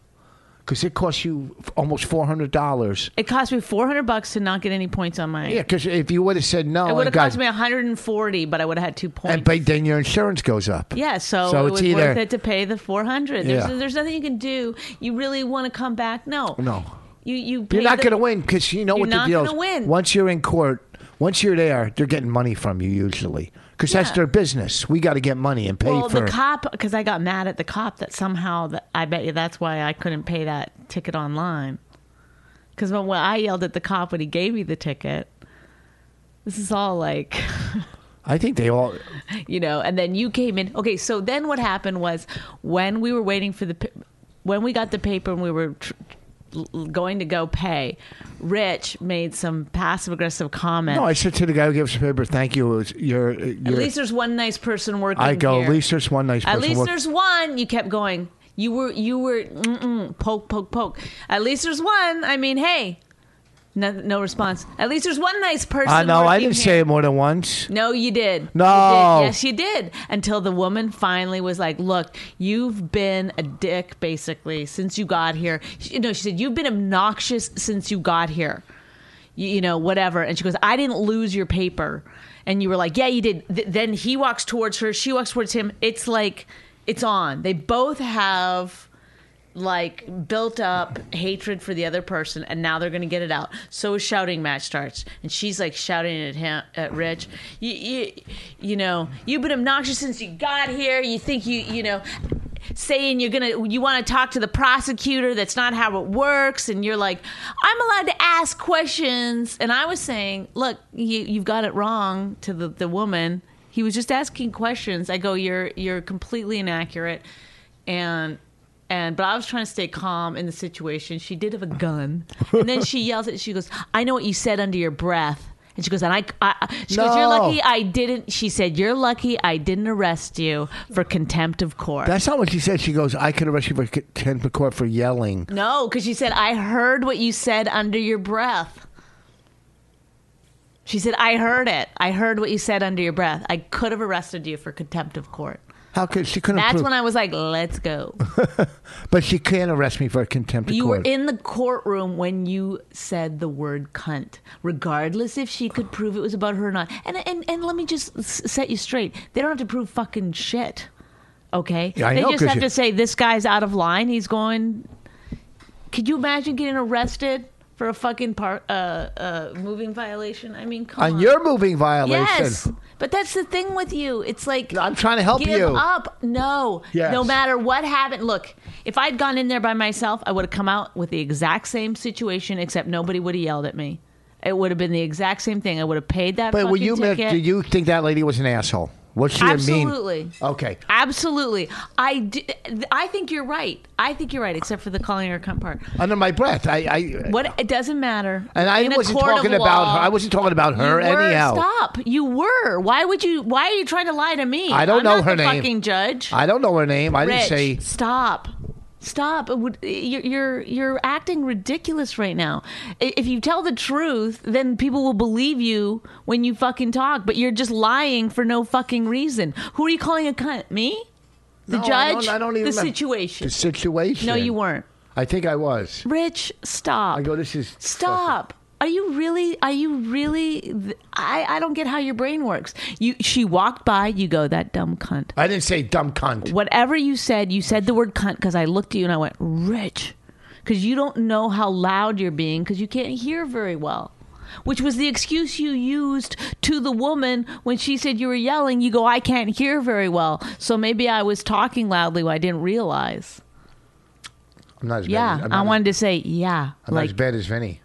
Speaker 2: because it cost you f- almost four hundred dollars.
Speaker 3: It cost me 400 bucks to not get any points on my.
Speaker 2: Yeah, because if you would have said no,
Speaker 3: it would have
Speaker 2: and got-
Speaker 3: cost me 140, but I would have had two points.
Speaker 2: and but then your insurance goes up.
Speaker 3: Yeah, so,
Speaker 2: So
Speaker 3: it
Speaker 2: it's
Speaker 3: was
Speaker 2: either-
Speaker 3: worth it to pay the four hundred.
Speaker 2: Yeah.
Speaker 3: There's there's nothing you can do. You really want to come back? No,
Speaker 2: No.
Speaker 3: You you
Speaker 2: You're
Speaker 3: pay
Speaker 2: not
Speaker 3: the-
Speaker 2: going to win because you know
Speaker 3: You're
Speaker 2: what the
Speaker 3: not
Speaker 2: deal
Speaker 3: gonna
Speaker 2: is.
Speaker 3: win.
Speaker 2: Once you're in court, once you're there, they're getting money from you usually because that's
Speaker 3: Yeah.
Speaker 2: their business. We got to get money and pay
Speaker 3: Well,
Speaker 2: for.
Speaker 3: the cop because I got mad at the cop that somehow that I bet you that's why I couldn't pay that ticket online. Because when, when I yelled at the cop when he gave me the ticket, this is all like.
Speaker 2: I think they all.
Speaker 3: you know and then you came in okay so then what happened was when we were waiting for the pa- when we got the paper and we were tr- l- going to go pay rich made some passive aggressive comment
Speaker 2: No, I said to the guy who gave us the paper, "Thank you. It was your, your
Speaker 3: at least there's one nice person working
Speaker 2: I go.
Speaker 3: here.
Speaker 2: At least there's one nice
Speaker 3: at
Speaker 2: person.
Speaker 3: least
Speaker 2: work-
Speaker 3: there's one you kept going you were you were mm-mm, poke poke poke at least there's one i mean hey no, no response at least there's one nice person
Speaker 2: I know. I
Speaker 3: working
Speaker 2: didn't
Speaker 3: here.
Speaker 2: say it more than once.
Speaker 3: No, you did.
Speaker 2: No.
Speaker 3: You did. Yes, you did. Until the woman finally was like, Look, you've been a dick basically since you got here. She, no, she said, You've been obnoxious since you got here. You, you know, whatever. And she goes, I didn't lose your paper. And you were like, Yeah, you did. Th- then he walks towards her. She walks towards him. It's like, it's on. They both have like built up hatred for the other person and now they're going to get it out so a shouting match starts and she's like shouting at him at rich you, you you know you've been obnoxious since you got here you think you you know saying you're gonna you want to talk to the prosecutor that's not how it works and you're like i'm allowed to ask questions and i was saying look you, you've got it wrong to the, the woman he was just asking questions i go you're you're completely inaccurate and and but I was trying to stay calm in the situation. She did have a gun, and then she yells at. She goes, "I know what you said under your breath." And she goes, "And I, I she goes,
Speaker 2: No.
Speaker 3: you're lucky I didn't." She said, "You're lucky I didn't arrest you for contempt of court."
Speaker 2: That's not what she said. She goes, "I could arrest you for contempt of court for yelling."
Speaker 3: no, because she said, "I heard what you said under your breath." She said, "I heard it. I heard what you said under your breath. I could have arrested you for contempt of court."
Speaker 2: How could she couldn't?
Speaker 3: That's
Speaker 2: prove,
Speaker 3: when I was like, "Let's go."
Speaker 2: But she can't arrest me for contempt of
Speaker 3: You
Speaker 2: court.
Speaker 3: were in the courtroom when you said the word cunt, regardless if she could prove it was about her or not. And and, and let me just s- set you straight. They don't have to prove fucking shit. Okay?
Speaker 2: Yeah, I
Speaker 3: they
Speaker 2: know,
Speaker 3: just
Speaker 2: 'cause
Speaker 3: have
Speaker 2: you-
Speaker 3: to say this guy's out of line. He's going Could you imagine getting arrested for a fucking par- uh, uh, moving violation? I mean, come on.
Speaker 2: on your moving violation.
Speaker 3: Yes, but that's the thing with you. It's like
Speaker 2: I'm trying to help
Speaker 3: give
Speaker 2: you.
Speaker 3: up. No,
Speaker 2: Yes.
Speaker 3: no matter what happened. Look, if I'd gone in there by myself, I would have come out with the exact same situation, except nobody would have yelled at me. It would have been the exact same thing. I would have paid that.
Speaker 2: But were
Speaker 3: fucking
Speaker 2: you mad-
Speaker 3: ticket.
Speaker 2: do you think that lady was an asshole? Was she a
Speaker 3: Absolutely.
Speaker 2: mean? Okay.
Speaker 3: Absolutely, I do, I think you're right. I think you're right, except for the calling her a cunt part.
Speaker 2: Under my breath, I. I
Speaker 3: What it doesn't matter.
Speaker 2: And I
Speaker 3: In a
Speaker 2: wasn't
Speaker 3: court of
Speaker 2: talking about
Speaker 3: law,
Speaker 2: her. I wasn't talking about her
Speaker 3: you were,
Speaker 2: anyhow.
Speaker 3: Stop. You were. Why would you? Why are you trying to lie to me?
Speaker 2: I don't
Speaker 3: I'm
Speaker 2: know
Speaker 3: not
Speaker 2: her
Speaker 3: the
Speaker 2: name.
Speaker 3: Fucking judge.
Speaker 2: I don't know her name. I
Speaker 3: Rich,
Speaker 2: didn't say.
Speaker 3: stop. Stop. It would- You're, you're you're acting ridiculous right now. I- If you tell the truth, then people will believe you when you fucking talk. But you're just lying for no fucking reason. Who are you calling a cunt? Me? The
Speaker 2: No, Oh, I don't-
Speaker 3: judge?
Speaker 2: I don't even
Speaker 3: the
Speaker 2: remember.
Speaker 3: situation?
Speaker 2: The situation.
Speaker 3: no, you weren't.
Speaker 2: I think I was.
Speaker 3: Rich, stop.
Speaker 2: I go, this is.
Speaker 3: Stop. Are you really? Are you really? I, I don't get how your brain works. You she walked by. You go that dumb cunt.
Speaker 2: I didn't say dumb cunt.
Speaker 3: Whatever you said, you said the word cunt because I looked at you and I went rich, because you don't know how loud you're being because you can't hear very well, which was the excuse you used to the woman when she said you were yelling. You go I can't hear very well, so maybe I was talking loudly. when I didn't realize.
Speaker 2: I'm not as
Speaker 3: Yeah,
Speaker 2: bad. As, I'm
Speaker 3: I
Speaker 2: not,
Speaker 3: wanted to say yeah.
Speaker 2: I'm not as
Speaker 3: like
Speaker 2: bad as Vinny.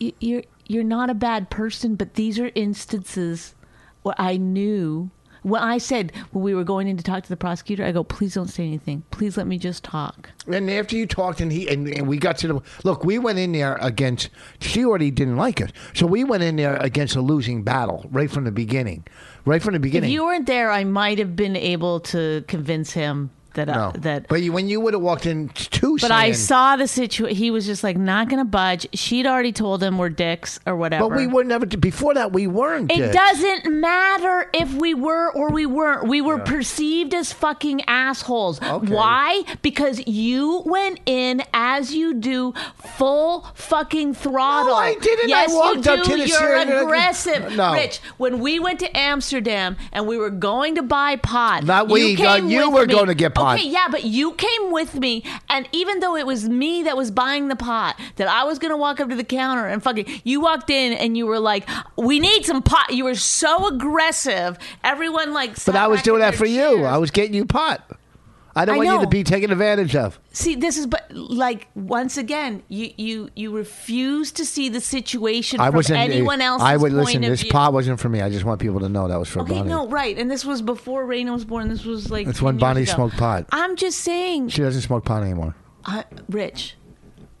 Speaker 3: y- you're you're not a bad person, but these are instances where I knew when I said when we were going in to talk to the prosecutor, I go, please don't say anything. Please let me just talk.
Speaker 2: And after you talked, and he and, and we got to the look, we went in there against. She already didn't like us, so we went in there against a losing battle right from the beginning. Right from the
Speaker 3: If
Speaker 2: beginning.
Speaker 3: you weren't there, I might have been able to convince him that
Speaker 2: no.
Speaker 3: I, that.
Speaker 2: but you, when you would have walked in two,
Speaker 3: But I saw the situation. He was just like not going to budge. She'd already told him we're dicks or whatever.
Speaker 2: But we were never before that. We weren't.
Speaker 3: It
Speaker 2: dicks.
Speaker 3: doesn't matter if we were or we weren't. We were perceived as fucking assholes.
Speaker 2: Okay.
Speaker 3: Why? Because you went in as you do full fucking
Speaker 2: No,
Speaker 3: throttle.
Speaker 2: I didn't. I
Speaker 3: Yes,
Speaker 2: walked
Speaker 3: you
Speaker 2: up
Speaker 3: do.
Speaker 2: to the
Speaker 3: You're
Speaker 2: ceiling and I-
Speaker 3: aggressive,
Speaker 2: No.
Speaker 3: Rich. When we went to Amsterdam and we were going to buy pot,
Speaker 2: Not we,
Speaker 3: You, came
Speaker 2: uh, you
Speaker 3: with
Speaker 2: were
Speaker 3: me.
Speaker 2: going to get pot.
Speaker 3: Okay, yeah, but you came with me, and even though it was me that was buying the pot, that I was going to walk up to the counter and fucking, you walked in and you were like, "We need some pot." You were so aggressive. Everyone like,
Speaker 2: But I was doing that for you. I was getting you pot. I don't
Speaker 3: I
Speaker 2: want you
Speaker 3: know.
Speaker 2: to be taken advantage of.
Speaker 3: see this is, but like once again, you you you refuse to see the situation
Speaker 2: I
Speaker 3: from
Speaker 2: wasn't
Speaker 3: anyone else's
Speaker 2: I would
Speaker 3: point
Speaker 2: listen.
Speaker 3: of
Speaker 2: This
Speaker 3: view.
Speaker 2: pot wasn't for me. I just want people to know that was for
Speaker 3: Okay,
Speaker 2: Bonnie.
Speaker 3: no, right, and this was before Raina was born. This was like
Speaker 2: That's
Speaker 3: 10
Speaker 2: when
Speaker 3: years
Speaker 2: Bonnie
Speaker 3: ago.
Speaker 2: smoked pot.
Speaker 3: I'm just saying,
Speaker 2: She doesn't smoke pot anymore.
Speaker 3: I, Rich.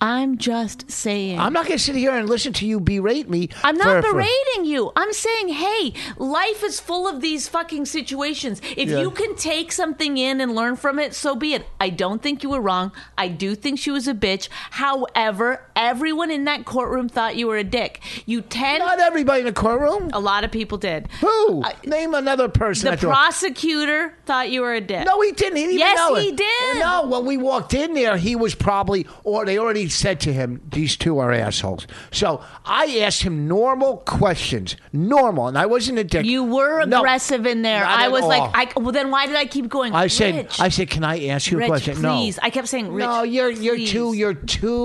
Speaker 3: I'm just saying.
Speaker 2: I'm not going to sit here and listen to you berate me.
Speaker 3: I'm not
Speaker 2: for- for-
Speaker 3: berating you. I'm saying, hey, life is full of these fucking situations. If
Speaker 2: Yeah.
Speaker 3: you can take something in and learn from it, so be it. I don't think you were wrong. I do think she was a bitch. However, everyone in that courtroom thought you were a dick. You tend.
Speaker 2: not everybody in the courtroom.
Speaker 3: a lot of people did.
Speaker 2: Who?
Speaker 3: I-
Speaker 2: Name another person.
Speaker 3: the
Speaker 2: that thought-
Speaker 3: prosecutor thought you were a dick.
Speaker 2: No, he didn't. He didn't
Speaker 3: Yes,
Speaker 2: even know
Speaker 3: he
Speaker 2: it.
Speaker 3: did.
Speaker 2: No, when we walked in there, he was probably, or they already said to him, these two are assholes. So I asked him normal questions, normal, and I wasn't a dick.
Speaker 3: You were
Speaker 2: No,
Speaker 3: aggressive in there.
Speaker 2: not
Speaker 3: I
Speaker 2: at
Speaker 3: was
Speaker 2: all.
Speaker 3: like, I, well, then why did I keep going?
Speaker 2: I said,
Speaker 3: Rich,
Speaker 2: I said, can I ask you
Speaker 3: Rich,
Speaker 2: a question?
Speaker 3: please.
Speaker 2: no,
Speaker 3: I kept saying, Rich,
Speaker 2: no, you're you're
Speaker 3: please.
Speaker 2: too, you're too.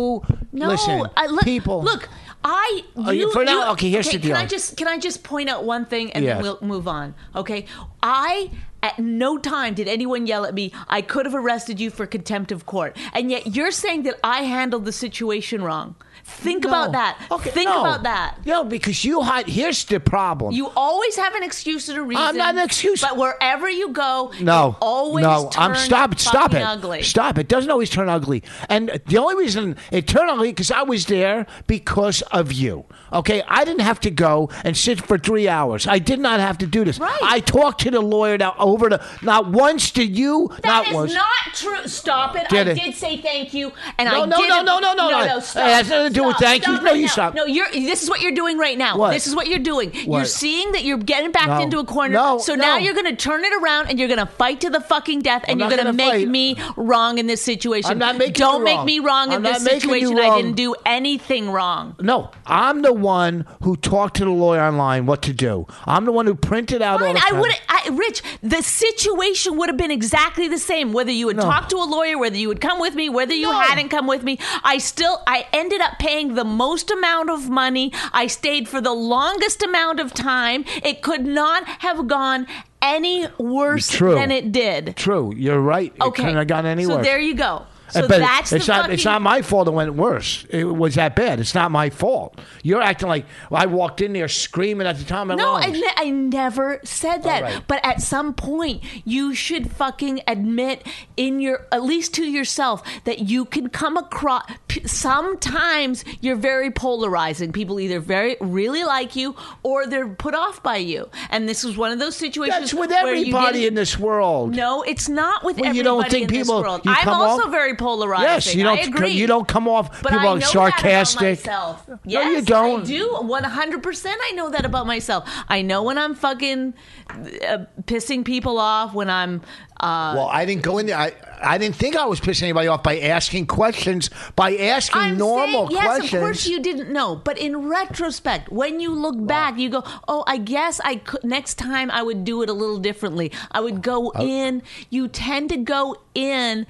Speaker 3: No,
Speaker 2: listen,
Speaker 3: I, look,
Speaker 2: people.
Speaker 3: Look, I
Speaker 2: Oh,
Speaker 3: you,
Speaker 2: you- for now-
Speaker 3: you-
Speaker 2: okay, here's the
Speaker 3: Can I
Speaker 2: deal.
Speaker 3: just can I just point out one thing and
Speaker 2: Yes.
Speaker 3: then we'll move on? Okay, I at no time did anyone yell at me. I could have arrested you for contempt of court, and yet you're saying that I handled the situation wrong. Think about
Speaker 2: No.
Speaker 3: that.
Speaker 2: Okay,
Speaker 3: Think
Speaker 2: no.
Speaker 3: about that.
Speaker 2: No, because you hide. Here's the problem.
Speaker 3: You always have an excuse and a reason.
Speaker 2: not an excuse.
Speaker 3: But wherever you go,
Speaker 2: No,
Speaker 3: it always
Speaker 2: no. I'm
Speaker 3: turns
Speaker 2: stop, stop
Speaker 3: fucking
Speaker 2: it,
Speaker 3: Ugly.
Speaker 2: stop it. Doesn't always turn ugly, and the only reason it turned ugly because I was there because of you. Okay, I didn't have to go and sit for three hours. I did not have to do this.
Speaker 3: Right.
Speaker 2: I talked to the lawyer now over the not once did you,
Speaker 3: That
Speaker 2: not
Speaker 3: is
Speaker 2: once.
Speaker 3: not true. Stop it.
Speaker 2: Did
Speaker 3: I
Speaker 2: it.
Speaker 3: did say thank you, and
Speaker 2: No,
Speaker 3: I
Speaker 2: no,
Speaker 3: did.
Speaker 2: no, no, no, no,
Speaker 3: no,
Speaker 2: no.
Speaker 3: no. Stop.
Speaker 2: It has nothing to do with
Speaker 3: Stop.
Speaker 2: thank you.
Speaker 3: Stop
Speaker 2: No,
Speaker 3: right
Speaker 2: you
Speaker 3: now.
Speaker 2: stop.
Speaker 3: No, you're. This is what you're doing right now.
Speaker 2: What?
Speaker 3: This is what you're doing. You're
Speaker 2: What?
Speaker 3: seeing that you're getting back
Speaker 2: No.
Speaker 3: into a corner.
Speaker 2: No,
Speaker 3: so
Speaker 2: no.
Speaker 3: now you're going to turn it around and you're going to fight to the fucking death, and
Speaker 2: I'm
Speaker 3: you're
Speaker 2: not
Speaker 3: going to
Speaker 2: gonna
Speaker 3: make
Speaker 2: fight.
Speaker 3: me wrong in this situation.
Speaker 2: I'm not making
Speaker 3: Don't
Speaker 2: you
Speaker 3: make
Speaker 2: wrong.
Speaker 3: me wrong in
Speaker 2: I'm
Speaker 3: this
Speaker 2: not making you
Speaker 3: situation. I
Speaker 2: wrong.
Speaker 3: didn't do anything wrong.
Speaker 2: No, I'm the one who talked to the lawyer online what to do. I'm the one who printed out all
Speaker 3: Fine,
Speaker 2: the
Speaker 3: I
Speaker 2: time.
Speaker 3: would I Rich, the situation would have been exactly the same whether you had
Speaker 2: No.
Speaker 3: talked to a lawyer, whether you had come with me, whether you
Speaker 2: No.
Speaker 3: hadn't come with me. I still I ended up paying the most amount of money. I stayed for the longest amount of time. It could not have gone any worse
Speaker 2: True.
Speaker 3: than it did.
Speaker 2: True, you're right.
Speaker 3: Okay.
Speaker 2: it couldn't have gone anywhere.
Speaker 3: So there you go. So
Speaker 2: Uh, but
Speaker 3: that's
Speaker 2: it's
Speaker 3: the
Speaker 2: not.
Speaker 3: fucking
Speaker 2: It's not my fault. It went worse. It was that bad. It's not my fault. You're acting like well, I walked in there screaming at the time.
Speaker 3: No, I,
Speaker 2: I
Speaker 3: ne- I never said that.
Speaker 2: right.
Speaker 3: But at some point, you should fucking admit in your, at least to yourself, that you can come across. P- sometimes you're very polarizing. People either very really like you or they're put off by you. And this was one of those situations.
Speaker 2: That's with
Speaker 3: where you
Speaker 2: everybody
Speaker 3: didn't-
Speaker 2: in this world.
Speaker 3: No, it's not with
Speaker 2: Well,
Speaker 3: everybody
Speaker 2: you don't think
Speaker 3: in
Speaker 2: people-
Speaker 3: this world.
Speaker 2: you
Speaker 3: I'm
Speaker 2: come
Speaker 3: also
Speaker 2: off-
Speaker 3: very polarizing.
Speaker 2: Yes, you don't.
Speaker 3: I agree.
Speaker 2: You don't come off.
Speaker 3: But
Speaker 2: people
Speaker 3: I
Speaker 2: are
Speaker 3: know
Speaker 2: sarcastic.
Speaker 3: That about myself.
Speaker 2: No,
Speaker 3: Yes,
Speaker 2: you don't.
Speaker 3: I do. One hundred percent. I know that about myself. I know when I'm fucking uh, pissing people off. When I'm. Uh,
Speaker 2: Well, I didn't go in there. I, I didn't think I was pissing anybody off by asking questions, by asking
Speaker 3: I'm
Speaker 2: normal
Speaker 3: saying, yes,
Speaker 2: questions.
Speaker 3: of course you didn't know. But in retrospect, when you look back, you go, "Oh, I guess I could, next time I would do it a
Speaker 2: Oh.
Speaker 3: little differently. I would go in." You tend to go in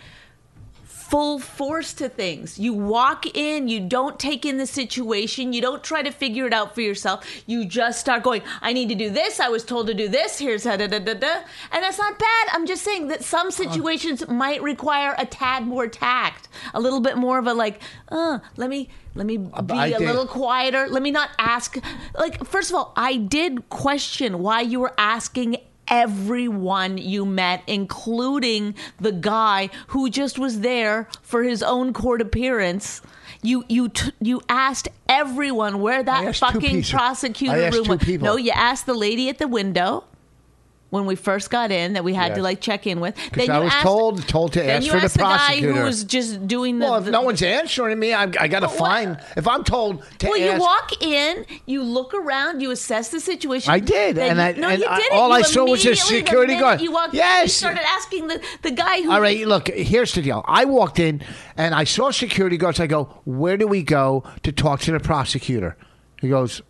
Speaker 3: full force to things. You walk in, you don't take in the situation, you don't try to figure it out for yourself. You just start going, I need to do this, I was told to do this, here's how da da da da. And that's not bad. I'm just saying that some situations might require a tad more tact, a little bit more of a like, uh, let me let me be
Speaker 2: I
Speaker 3: a
Speaker 2: think-
Speaker 3: little quieter. Let me not ask. Like, first of all, I did question why you were asking everyone you met, including the guy who just was there for his own court appearance. You you t- you asked everyone where
Speaker 2: I
Speaker 3: that
Speaker 2: asked two
Speaker 3: fucking
Speaker 2: pieces.
Speaker 3: prosecutor
Speaker 2: I asked
Speaker 3: room
Speaker 2: two
Speaker 3: was.
Speaker 2: people.
Speaker 3: No, you asked the lady at the window when we first got in that we had
Speaker 2: Yes.
Speaker 3: to like check in with. Then
Speaker 2: I
Speaker 3: you
Speaker 2: was
Speaker 3: asked,
Speaker 2: told- told to
Speaker 3: then
Speaker 2: ask
Speaker 3: you
Speaker 2: for the
Speaker 3: asked the guy
Speaker 2: prosecutor.
Speaker 3: who was just doing the.
Speaker 2: Well, if
Speaker 3: the-
Speaker 2: no one's answering me, I, I got to
Speaker 3: what-
Speaker 2: find. If I'm told to
Speaker 3: well,
Speaker 2: ask,
Speaker 3: you walk in, you look around, you assess the situation.
Speaker 2: I did,
Speaker 3: Then
Speaker 2: and I-
Speaker 3: you, no,
Speaker 2: and
Speaker 3: you
Speaker 2: I-
Speaker 3: didn't.
Speaker 2: all
Speaker 3: You
Speaker 2: I saw was a
Speaker 3: immediately, the
Speaker 2: security
Speaker 3: minute
Speaker 2: guard.
Speaker 3: You walked in, you
Speaker 2: Yes.
Speaker 3: started asking the, the guy who.
Speaker 2: All right, look, here's the deal. I walked in and I saw security guards. I go, where do we go to talk to the prosecutor? He goes,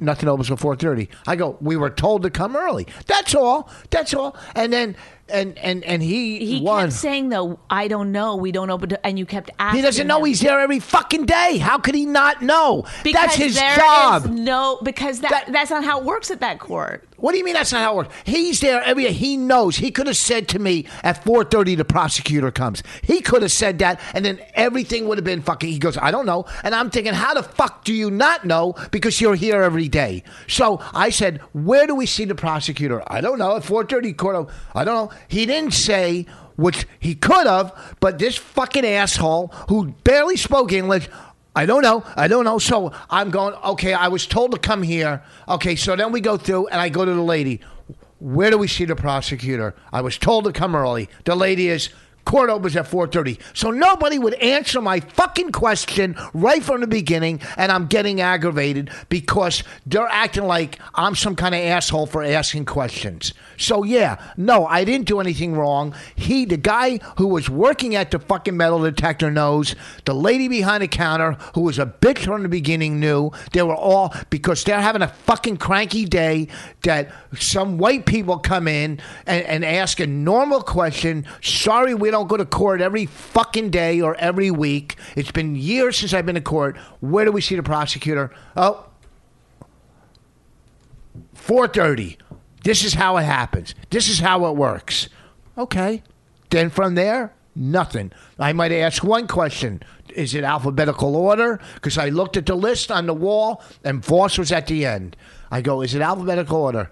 Speaker 2: nothing opens before 4.30. I go, we were told to come early. That's all. That's all. And then, and, and, and he,
Speaker 3: He
Speaker 2: won.
Speaker 3: kept saying though, "I don't know. We don't open." To, and you kept asking.
Speaker 2: He doesn't know
Speaker 3: him.
Speaker 2: he's there every fucking day. How could he not know?
Speaker 3: Because
Speaker 2: that's his
Speaker 3: there
Speaker 2: job.
Speaker 3: is no, because that,
Speaker 2: That-
Speaker 3: that's not how it works at that court.
Speaker 2: What do you mean that's not how it works? He's there every day. He knows. He could have said to me at 4.30 the prosecutor comes. He could have said that and then everything would have been fucking, he goes, I don't know. And I'm thinking, how the fuck do you not know because you're here every day? So I said, where do we see the prosecutor? I don't know. At 4.30 court, of- I don't know. He didn't say, which he could have, but this fucking asshole who barely spoke English, I don't know. I don't know. So I'm going, okay, I was told to come here. Okay, so then we go through and I go to the lady. Where do we see the prosecutor? I was told to come early. The lady is court opens at 4:30. So nobody would answer my fucking question right from the beginning and I'm getting aggravated because they're acting like I'm some kind of asshole for asking questions. So yeah, no, I didn't do anything wrong. He the guy who was working at the fucking metal detector knows. The lady behind the counter, who was a bitch from the beginning, knew. They were all because they're having a fucking cranky day that some white people come in and, and ask a normal question. Sorry, we don't go to court every fucking day or every week. It's been years since I've been to court. Where do we see the prosecutor? Oh, 4:30. This is how it happens. This is how it works. Okay. Then from there, nothing. I might ask one question. Is it alphabetical order? Because I looked at the list on the wall and Voss was at the end. I go, is it alphabetical order?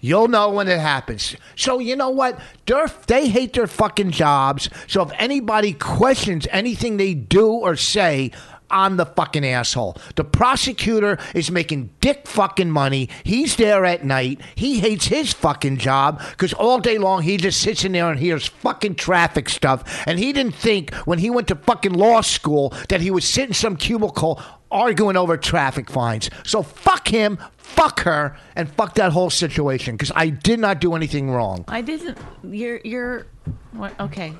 Speaker 2: You'll know when it happens. So you know what? They're, they hate their fucking jobs. So if anybody questions anything they do or say, I'm the fucking asshole. The prosecutor is making dick fucking money. He's there at night. He hates his fucking job because all day long he just sits in there and hears fucking traffic stuff. And he didn't think when he went to fucking law school that he would sit in some cubicle arguing over traffic fines. So fuck him, fuck her, and fuck that whole situation because I did not do anything wrong.
Speaker 3: I didn't. You're you're. What, okay.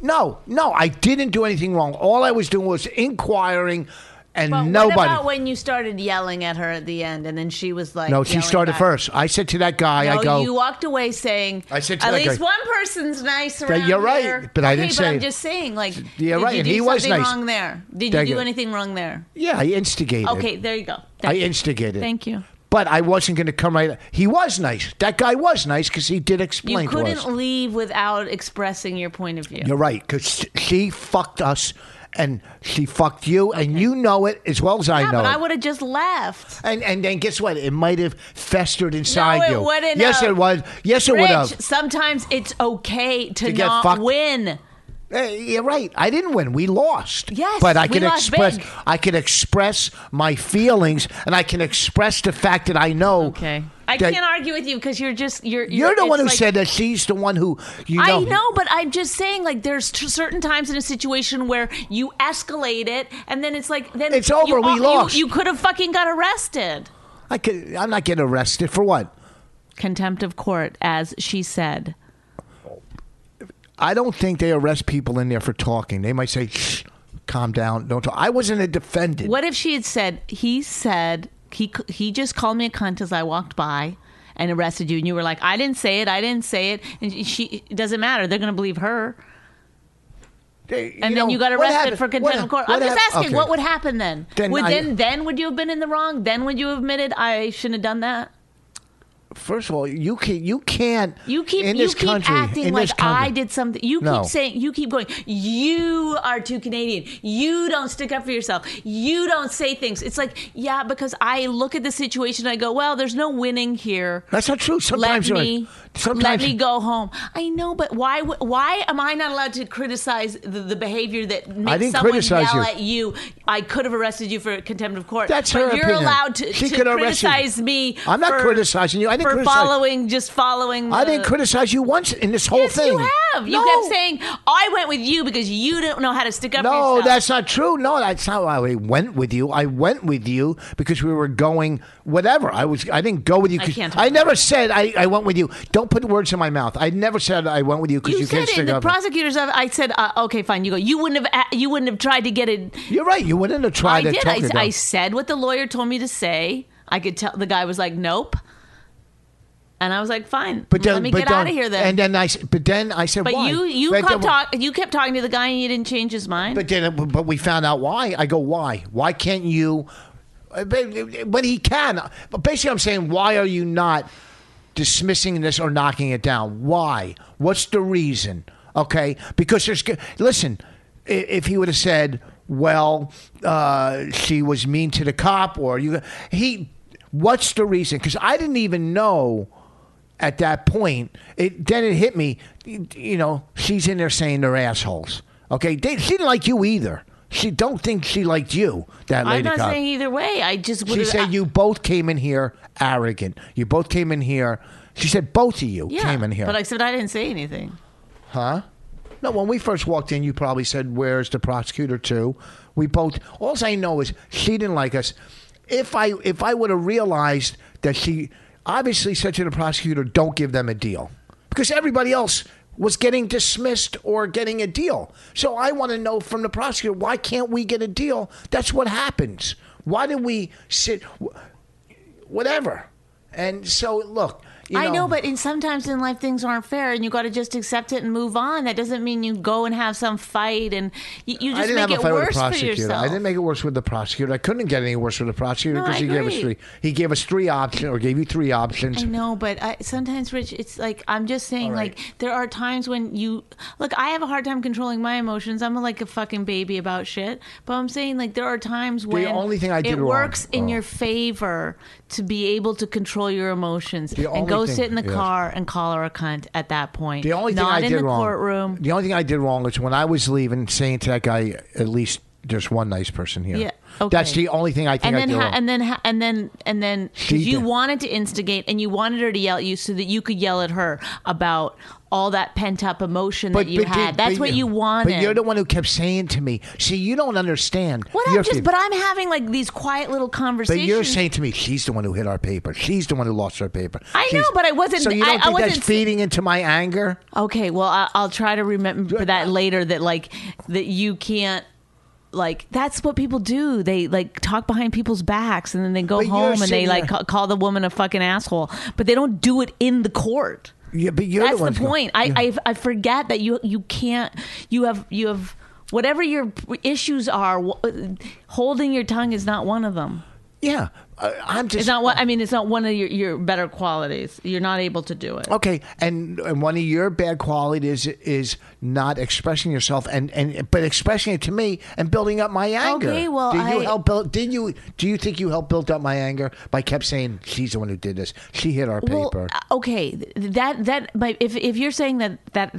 Speaker 2: No, no, I didn't do anything wrong. All I was doing was inquiring. And
Speaker 3: But
Speaker 2: nobody.
Speaker 3: what about when you started yelling at her at the end, and then she was like,
Speaker 2: No, she
Speaker 3: yelling
Speaker 2: started
Speaker 3: back?
Speaker 2: first. I said to that guy,
Speaker 3: No,
Speaker 2: I go,
Speaker 3: you walked away saying,
Speaker 2: I said to
Speaker 3: at
Speaker 2: that
Speaker 3: least
Speaker 2: guy-
Speaker 3: one person's nice
Speaker 2: Yeah,
Speaker 3: around
Speaker 2: you're right,
Speaker 3: here."
Speaker 2: but I
Speaker 3: Okay,
Speaker 2: didn't
Speaker 3: but
Speaker 2: say
Speaker 3: I'm
Speaker 2: it.
Speaker 3: just saying, like,
Speaker 2: Yeah,
Speaker 3: did
Speaker 2: right,
Speaker 3: you
Speaker 2: and
Speaker 3: do
Speaker 2: he was
Speaker 3: something
Speaker 2: nice.
Speaker 3: wrong there? Did you
Speaker 2: Thank
Speaker 3: do
Speaker 2: you.
Speaker 3: anything wrong there?
Speaker 2: yeah, I instigated.
Speaker 3: Okay, there you go.
Speaker 2: I
Speaker 3: Thank you.
Speaker 2: instigated.
Speaker 3: Thank you.
Speaker 2: But I wasn't going to come right. He was nice. That guy was nice because he did explain
Speaker 3: You
Speaker 2: to
Speaker 3: couldn't
Speaker 2: us.
Speaker 3: leave without expressing your point of view.
Speaker 2: You're right because she fucked us and she fucked you, and you know it as well as I
Speaker 3: yeah,
Speaker 2: know.
Speaker 3: but
Speaker 2: it.
Speaker 3: I would have just left.
Speaker 2: and and then guess what? It might have festered inside
Speaker 3: it
Speaker 2: you.
Speaker 3: wouldn't
Speaker 2: yes,
Speaker 3: have.
Speaker 2: it was. Yes, it would
Speaker 3: Rich,
Speaker 2: have.
Speaker 3: sometimes it's okay to,
Speaker 2: To get
Speaker 3: not
Speaker 2: fucked.
Speaker 3: win.
Speaker 2: Hey, you're right. I didn't win. We lost.
Speaker 3: Yes,
Speaker 2: but I
Speaker 3: we
Speaker 2: can
Speaker 3: lost
Speaker 2: express.
Speaker 3: big.
Speaker 2: I can express my feelings, and I can express the fact that I know.
Speaker 3: I
Speaker 2: that-
Speaker 3: can't argue with you because you're just you're
Speaker 2: You're the
Speaker 3: it's
Speaker 2: one who
Speaker 3: like-
Speaker 2: said that she's the one who you know.
Speaker 3: I know, but I'm just saying, like, there's t- certain times in a situation where you escalate it, and then it's like, then
Speaker 2: It's over,
Speaker 3: you-
Speaker 2: we
Speaker 3: you-
Speaker 2: lost.
Speaker 3: You, could have fucking got arrested.
Speaker 2: I could, I'm not getting arrested for what?
Speaker 3: Contempt of court, as she said.
Speaker 2: I don't think they arrest people in there for talking. They might say, "Shh, calm down, don't talk." I wasn't a defendant.
Speaker 3: What if she had said, he said, he, c- he just called me a cunt as I walked by and arrested you, and you were like, I didn't say it, I didn't say it, and she, it doesn't matter, they're going to believe her.
Speaker 2: They-
Speaker 3: And then
Speaker 2: know,
Speaker 3: you got
Speaker 2: what
Speaker 3: arrested
Speaker 2: happened-
Speaker 3: for contempt
Speaker 2: what-
Speaker 3: of court.
Speaker 2: what
Speaker 3: I'm just
Speaker 2: happened-
Speaker 3: asking,
Speaker 2: okay.
Speaker 3: what would happen then?
Speaker 2: Then
Speaker 3: would
Speaker 2: I-
Speaker 3: then then would you have been in the wrong? Then would you have admitted I shouldn't have done that?
Speaker 2: First of all, you can you can't
Speaker 3: You keep
Speaker 2: in
Speaker 3: you
Speaker 2: this
Speaker 3: keep
Speaker 2: country,
Speaker 3: acting
Speaker 2: in this
Speaker 3: like I
Speaker 2: country-
Speaker 3: did something. You
Speaker 2: No.
Speaker 3: keep saying you keep going. You are too Canadian. You don't stick up for yourself. You don't say things. It's like yeah, because I look at the situation. and I go, well, there's no winning here.
Speaker 2: That's not true. Sometimes
Speaker 3: let
Speaker 2: you're
Speaker 3: me
Speaker 2: sometimes
Speaker 3: let me go home. I know, but why w- why am I not allowed to criticize the, the behavior that makes
Speaker 2: didn't
Speaker 3: someone
Speaker 2: criticize
Speaker 3: yell
Speaker 2: you.
Speaker 3: at you? I could have arrested you for contempt of court.
Speaker 2: That's
Speaker 3: but
Speaker 2: her
Speaker 3: You're
Speaker 2: opinion.
Speaker 3: allowed to,
Speaker 2: She
Speaker 3: to
Speaker 2: could arrest you.
Speaker 3: criticize me.
Speaker 2: I'm not
Speaker 3: for-
Speaker 2: criticizing you. I didn't
Speaker 3: for
Speaker 2: criticize-
Speaker 3: following just following.
Speaker 2: I
Speaker 3: the-
Speaker 2: didn't criticize you once in this whole
Speaker 3: Yes,
Speaker 2: thing.
Speaker 3: you have. You
Speaker 2: no.
Speaker 3: kept saying I went with you because you don't know how to stick up for
Speaker 2: No,
Speaker 3: yourself.
Speaker 2: that's not true. No, that's not why I went with you. I went with you because we were going whatever. I was I didn't go with you
Speaker 3: I
Speaker 2: 'cause-
Speaker 3: can't talk
Speaker 2: I
Speaker 3: about
Speaker 2: never said I, I went with you. Don't put words in my mouth. I never said I went with you because
Speaker 3: You,
Speaker 2: you,
Speaker 3: said
Speaker 2: can't
Speaker 3: it.
Speaker 2: stick
Speaker 3: The
Speaker 2: up.
Speaker 3: prosecutors. have- I said, uh, okay, fine. You go. You wouldn't have. a- You wouldn't have tried to get it.
Speaker 2: You're right. You wouldn't have tried
Speaker 3: I
Speaker 2: to
Speaker 3: did.
Speaker 2: talk
Speaker 3: I,
Speaker 2: to them.
Speaker 3: I said what the lawyer told me to say. I could tell the guy was like, "Nope," and I was like, "Fine,
Speaker 2: But then,
Speaker 3: let me
Speaker 2: but
Speaker 3: get out of
Speaker 2: then-
Speaker 3: here then."
Speaker 2: And then I, s- but then I said,
Speaker 3: but
Speaker 2: why?
Speaker 3: you you
Speaker 2: But
Speaker 3: kept
Speaker 2: then-
Speaker 3: talking. You kept talking to the guy, and you didn't change his mind.
Speaker 2: But then, but we found out why. I go, why? Why can't you? But he can. But basically, I'm saying, why are you not dismissing this or knocking it down? Why? What's the reason? Okay, because there's. g- Listen, i- if he would have said, "Well, uh, she was mean to the cop," or you, he, what's the reason? Because I didn't even know at that point, it then it hit me. You know, she's in there saying they're assholes. Okay, they, she didn't like you either. She don't think she liked you. That
Speaker 3: I'm
Speaker 2: lady
Speaker 3: not
Speaker 2: cop.
Speaker 3: saying either way. I just would
Speaker 2: she
Speaker 3: have-
Speaker 2: said you both came in here arrogant. You both came in here. She said both of you
Speaker 3: yeah,
Speaker 2: came in here.
Speaker 3: But I said I didn't say anything.
Speaker 2: huh? No, when we first walked in, you probably said, "Where's the prosecutor?" Too. We both. All I know is she didn't like us. If I if I would have realized that she obviously said to the prosecutor, "Don't give them a deal," because everybody else was getting dismissed or getting a deal. So I want to know from the prosecutor, why can't we get a deal? That's what happens. Why do we sit? Whatever. And so look. You
Speaker 3: I know, but in sometimes in life things aren't fair, and you got to just accept it and move on. That doesn't mean you go and have some fight, and you, you
Speaker 2: I
Speaker 3: just
Speaker 2: didn't
Speaker 3: make
Speaker 2: have a
Speaker 3: it
Speaker 2: fight with the
Speaker 3: worse for
Speaker 2: prosecutor.
Speaker 3: yourself.
Speaker 2: I didn't make it worse with the prosecutor. I couldn't get any worse with the prosecutor
Speaker 3: No,
Speaker 2: because
Speaker 3: I
Speaker 2: he gave us
Speaker 3: agree.
Speaker 2: three. He gave us three options, or gave you three options.
Speaker 3: I know, but I, sometimes, Rich, it's like I'm just saying,
Speaker 2: All right.
Speaker 3: like there are times when you look. I have a hard time controlling my emotions. I'm like a fucking baby about shit. But I'm saying, like there are times when
Speaker 2: only thing I did
Speaker 3: it
Speaker 2: wrong-
Speaker 3: works in
Speaker 2: oh.
Speaker 3: your favor to be able to control your emotions and
Speaker 2: only
Speaker 3: go
Speaker 2: thing-
Speaker 3: sit in the
Speaker 2: yes.
Speaker 3: car and call her a cunt at that point.
Speaker 2: The only
Speaker 3: not
Speaker 2: thing I
Speaker 3: in
Speaker 2: did
Speaker 3: the
Speaker 2: wrong.
Speaker 3: courtroom.
Speaker 2: The only thing I did wrong is when I was leaving, saying to that guy, "At least there's one nice person here."
Speaker 3: Yeah, okay.
Speaker 2: That's the only thing I think
Speaker 3: and
Speaker 2: I
Speaker 3: then,
Speaker 2: did
Speaker 3: ha-
Speaker 2: wrong.
Speaker 3: and then, ha- and then, and then,
Speaker 2: She
Speaker 3: because you
Speaker 2: did.
Speaker 3: wanted to instigate and you wanted her to yell at you so that you could yell at her about all that pent up emotion that you had.
Speaker 2: did-
Speaker 3: That's
Speaker 2: but
Speaker 3: what you wanted.
Speaker 2: But you're the one who kept saying to me, "See, you don't understand."
Speaker 3: What
Speaker 2: You're
Speaker 3: I'm just,
Speaker 2: fif-
Speaker 3: but I'm having like these quiet little
Speaker 2: But
Speaker 3: conversations.
Speaker 2: you're saying to me, she's the one who hit our paper. She's the one who lost her paper.
Speaker 3: I know,
Speaker 2: She's-
Speaker 3: but I wasn't-
Speaker 2: So you
Speaker 3: I-
Speaker 2: don't
Speaker 3: I
Speaker 2: think
Speaker 3: wasn't-
Speaker 2: that's feeding into my anger?
Speaker 3: okay, well, I, I'll try to remember that later. That like that you can't. Like that's what people do. They like talk behind people's backs, and then they go
Speaker 2: But you're
Speaker 3: home and they
Speaker 2: sitting
Speaker 3: like
Speaker 2: there-
Speaker 3: ca- call the woman a fucking asshole. But they don't do it in the court.
Speaker 2: Yeah, but you're
Speaker 3: That's
Speaker 2: the,
Speaker 3: the,
Speaker 2: one who-
Speaker 3: point. I, I I forget that you you can't you have you have whatever your issues are. wh- Holding your tongue is not one of them.
Speaker 2: Yeah, uh, I'm just
Speaker 3: It's not what I mean. It's not one of your, your better qualities. You're not able to do it.
Speaker 2: okay. And and one of your bad qualities is not expressing yourself, and and but expressing it to me and building up my anger.
Speaker 3: Okay, well,
Speaker 2: did you
Speaker 3: I-
Speaker 2: help build? Did you do you think you helped build up my anger by kept saying she's the one who did this? She hit our paper.
Speaker 3: Well, uh, okay, th- that that my if if you're saying that that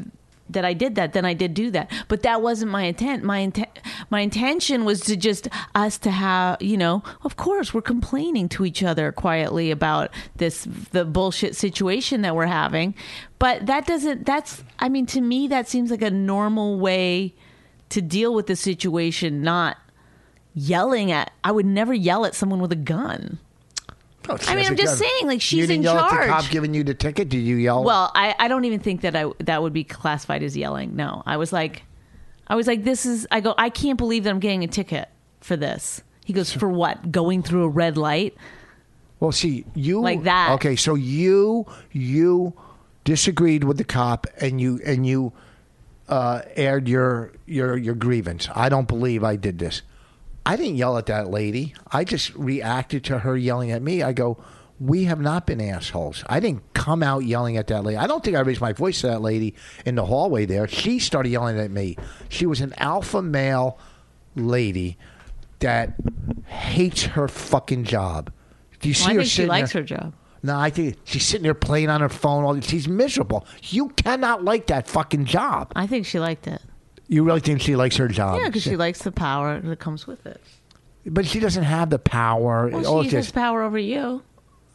Speaker 3: that I did that, then I did do that. But that wasn't my intent. My intent my intention was to just us to have you know. Of course, we're complaining to each other quietly about this the bullshit situation that we're having, but that doesn't. That's I mean to me that seems like a normal way to deal with the situation, not yelling at I would never yell at someone with a gun.
Speaker 2: Oh, she
Speaker 3: I mean,
Speaker 2: has
Speaker 3: I'm
Speaker 2: a
Speaker 3: just
Speaker 2: gun.
Speaker 3: saying, like, she's
Speaker 2: you didn't
Speaker 3: in
Speaker 2: yell At the
Speaker 3: charge.
Speaker 2: cop giving you the ticket. Did you yell?
Speaker 3: Well, I, I don't even think that I that would be classified as yelling. No, I was like, I was like, this is. I go, I can't believe that I'm getting a ticket for this. He goes, for what? Going through a red light?
Speaker 2: Well, see, you
Speaker 3: Like that.
Speaker 2: Okay, so you you disagreed with the cop, and you and you uh, aired your your your grievance. I don't believe I did this. I didn't yell at that lady. I just reacted to her yelling at me. I go, we have not been assholes. I didn't come out yelling at that lady. I don't think I raised my voice to that lady in the hallway there. She started yelling at me. She was an alpha male lady that hates her fucking job. Do you see
Speaker 3: Well, I
Speaker 2: her
Speaker 3: think she
Speaker 2: sitting
Speaker 3: likes
Speaker 2: there?
Speaker 3: her job.
Speaker 2: No, I think she's sitting there playing on her phone. All she's miserable. You cannot like that fucking job.
Speaker 3: I think she liked it.
Speaker 2: You really think she likes her job?
Speaker 3: Yeah, because she likes the power that comes with it.
Speaker 2: but she doesn't have the power.
Speaker 3: Well,
Speaker 2: All
Speaker 3: she
Speaker 2: it's
Speaker 3: has
Speaker 2: just-
Speaker 3: power over you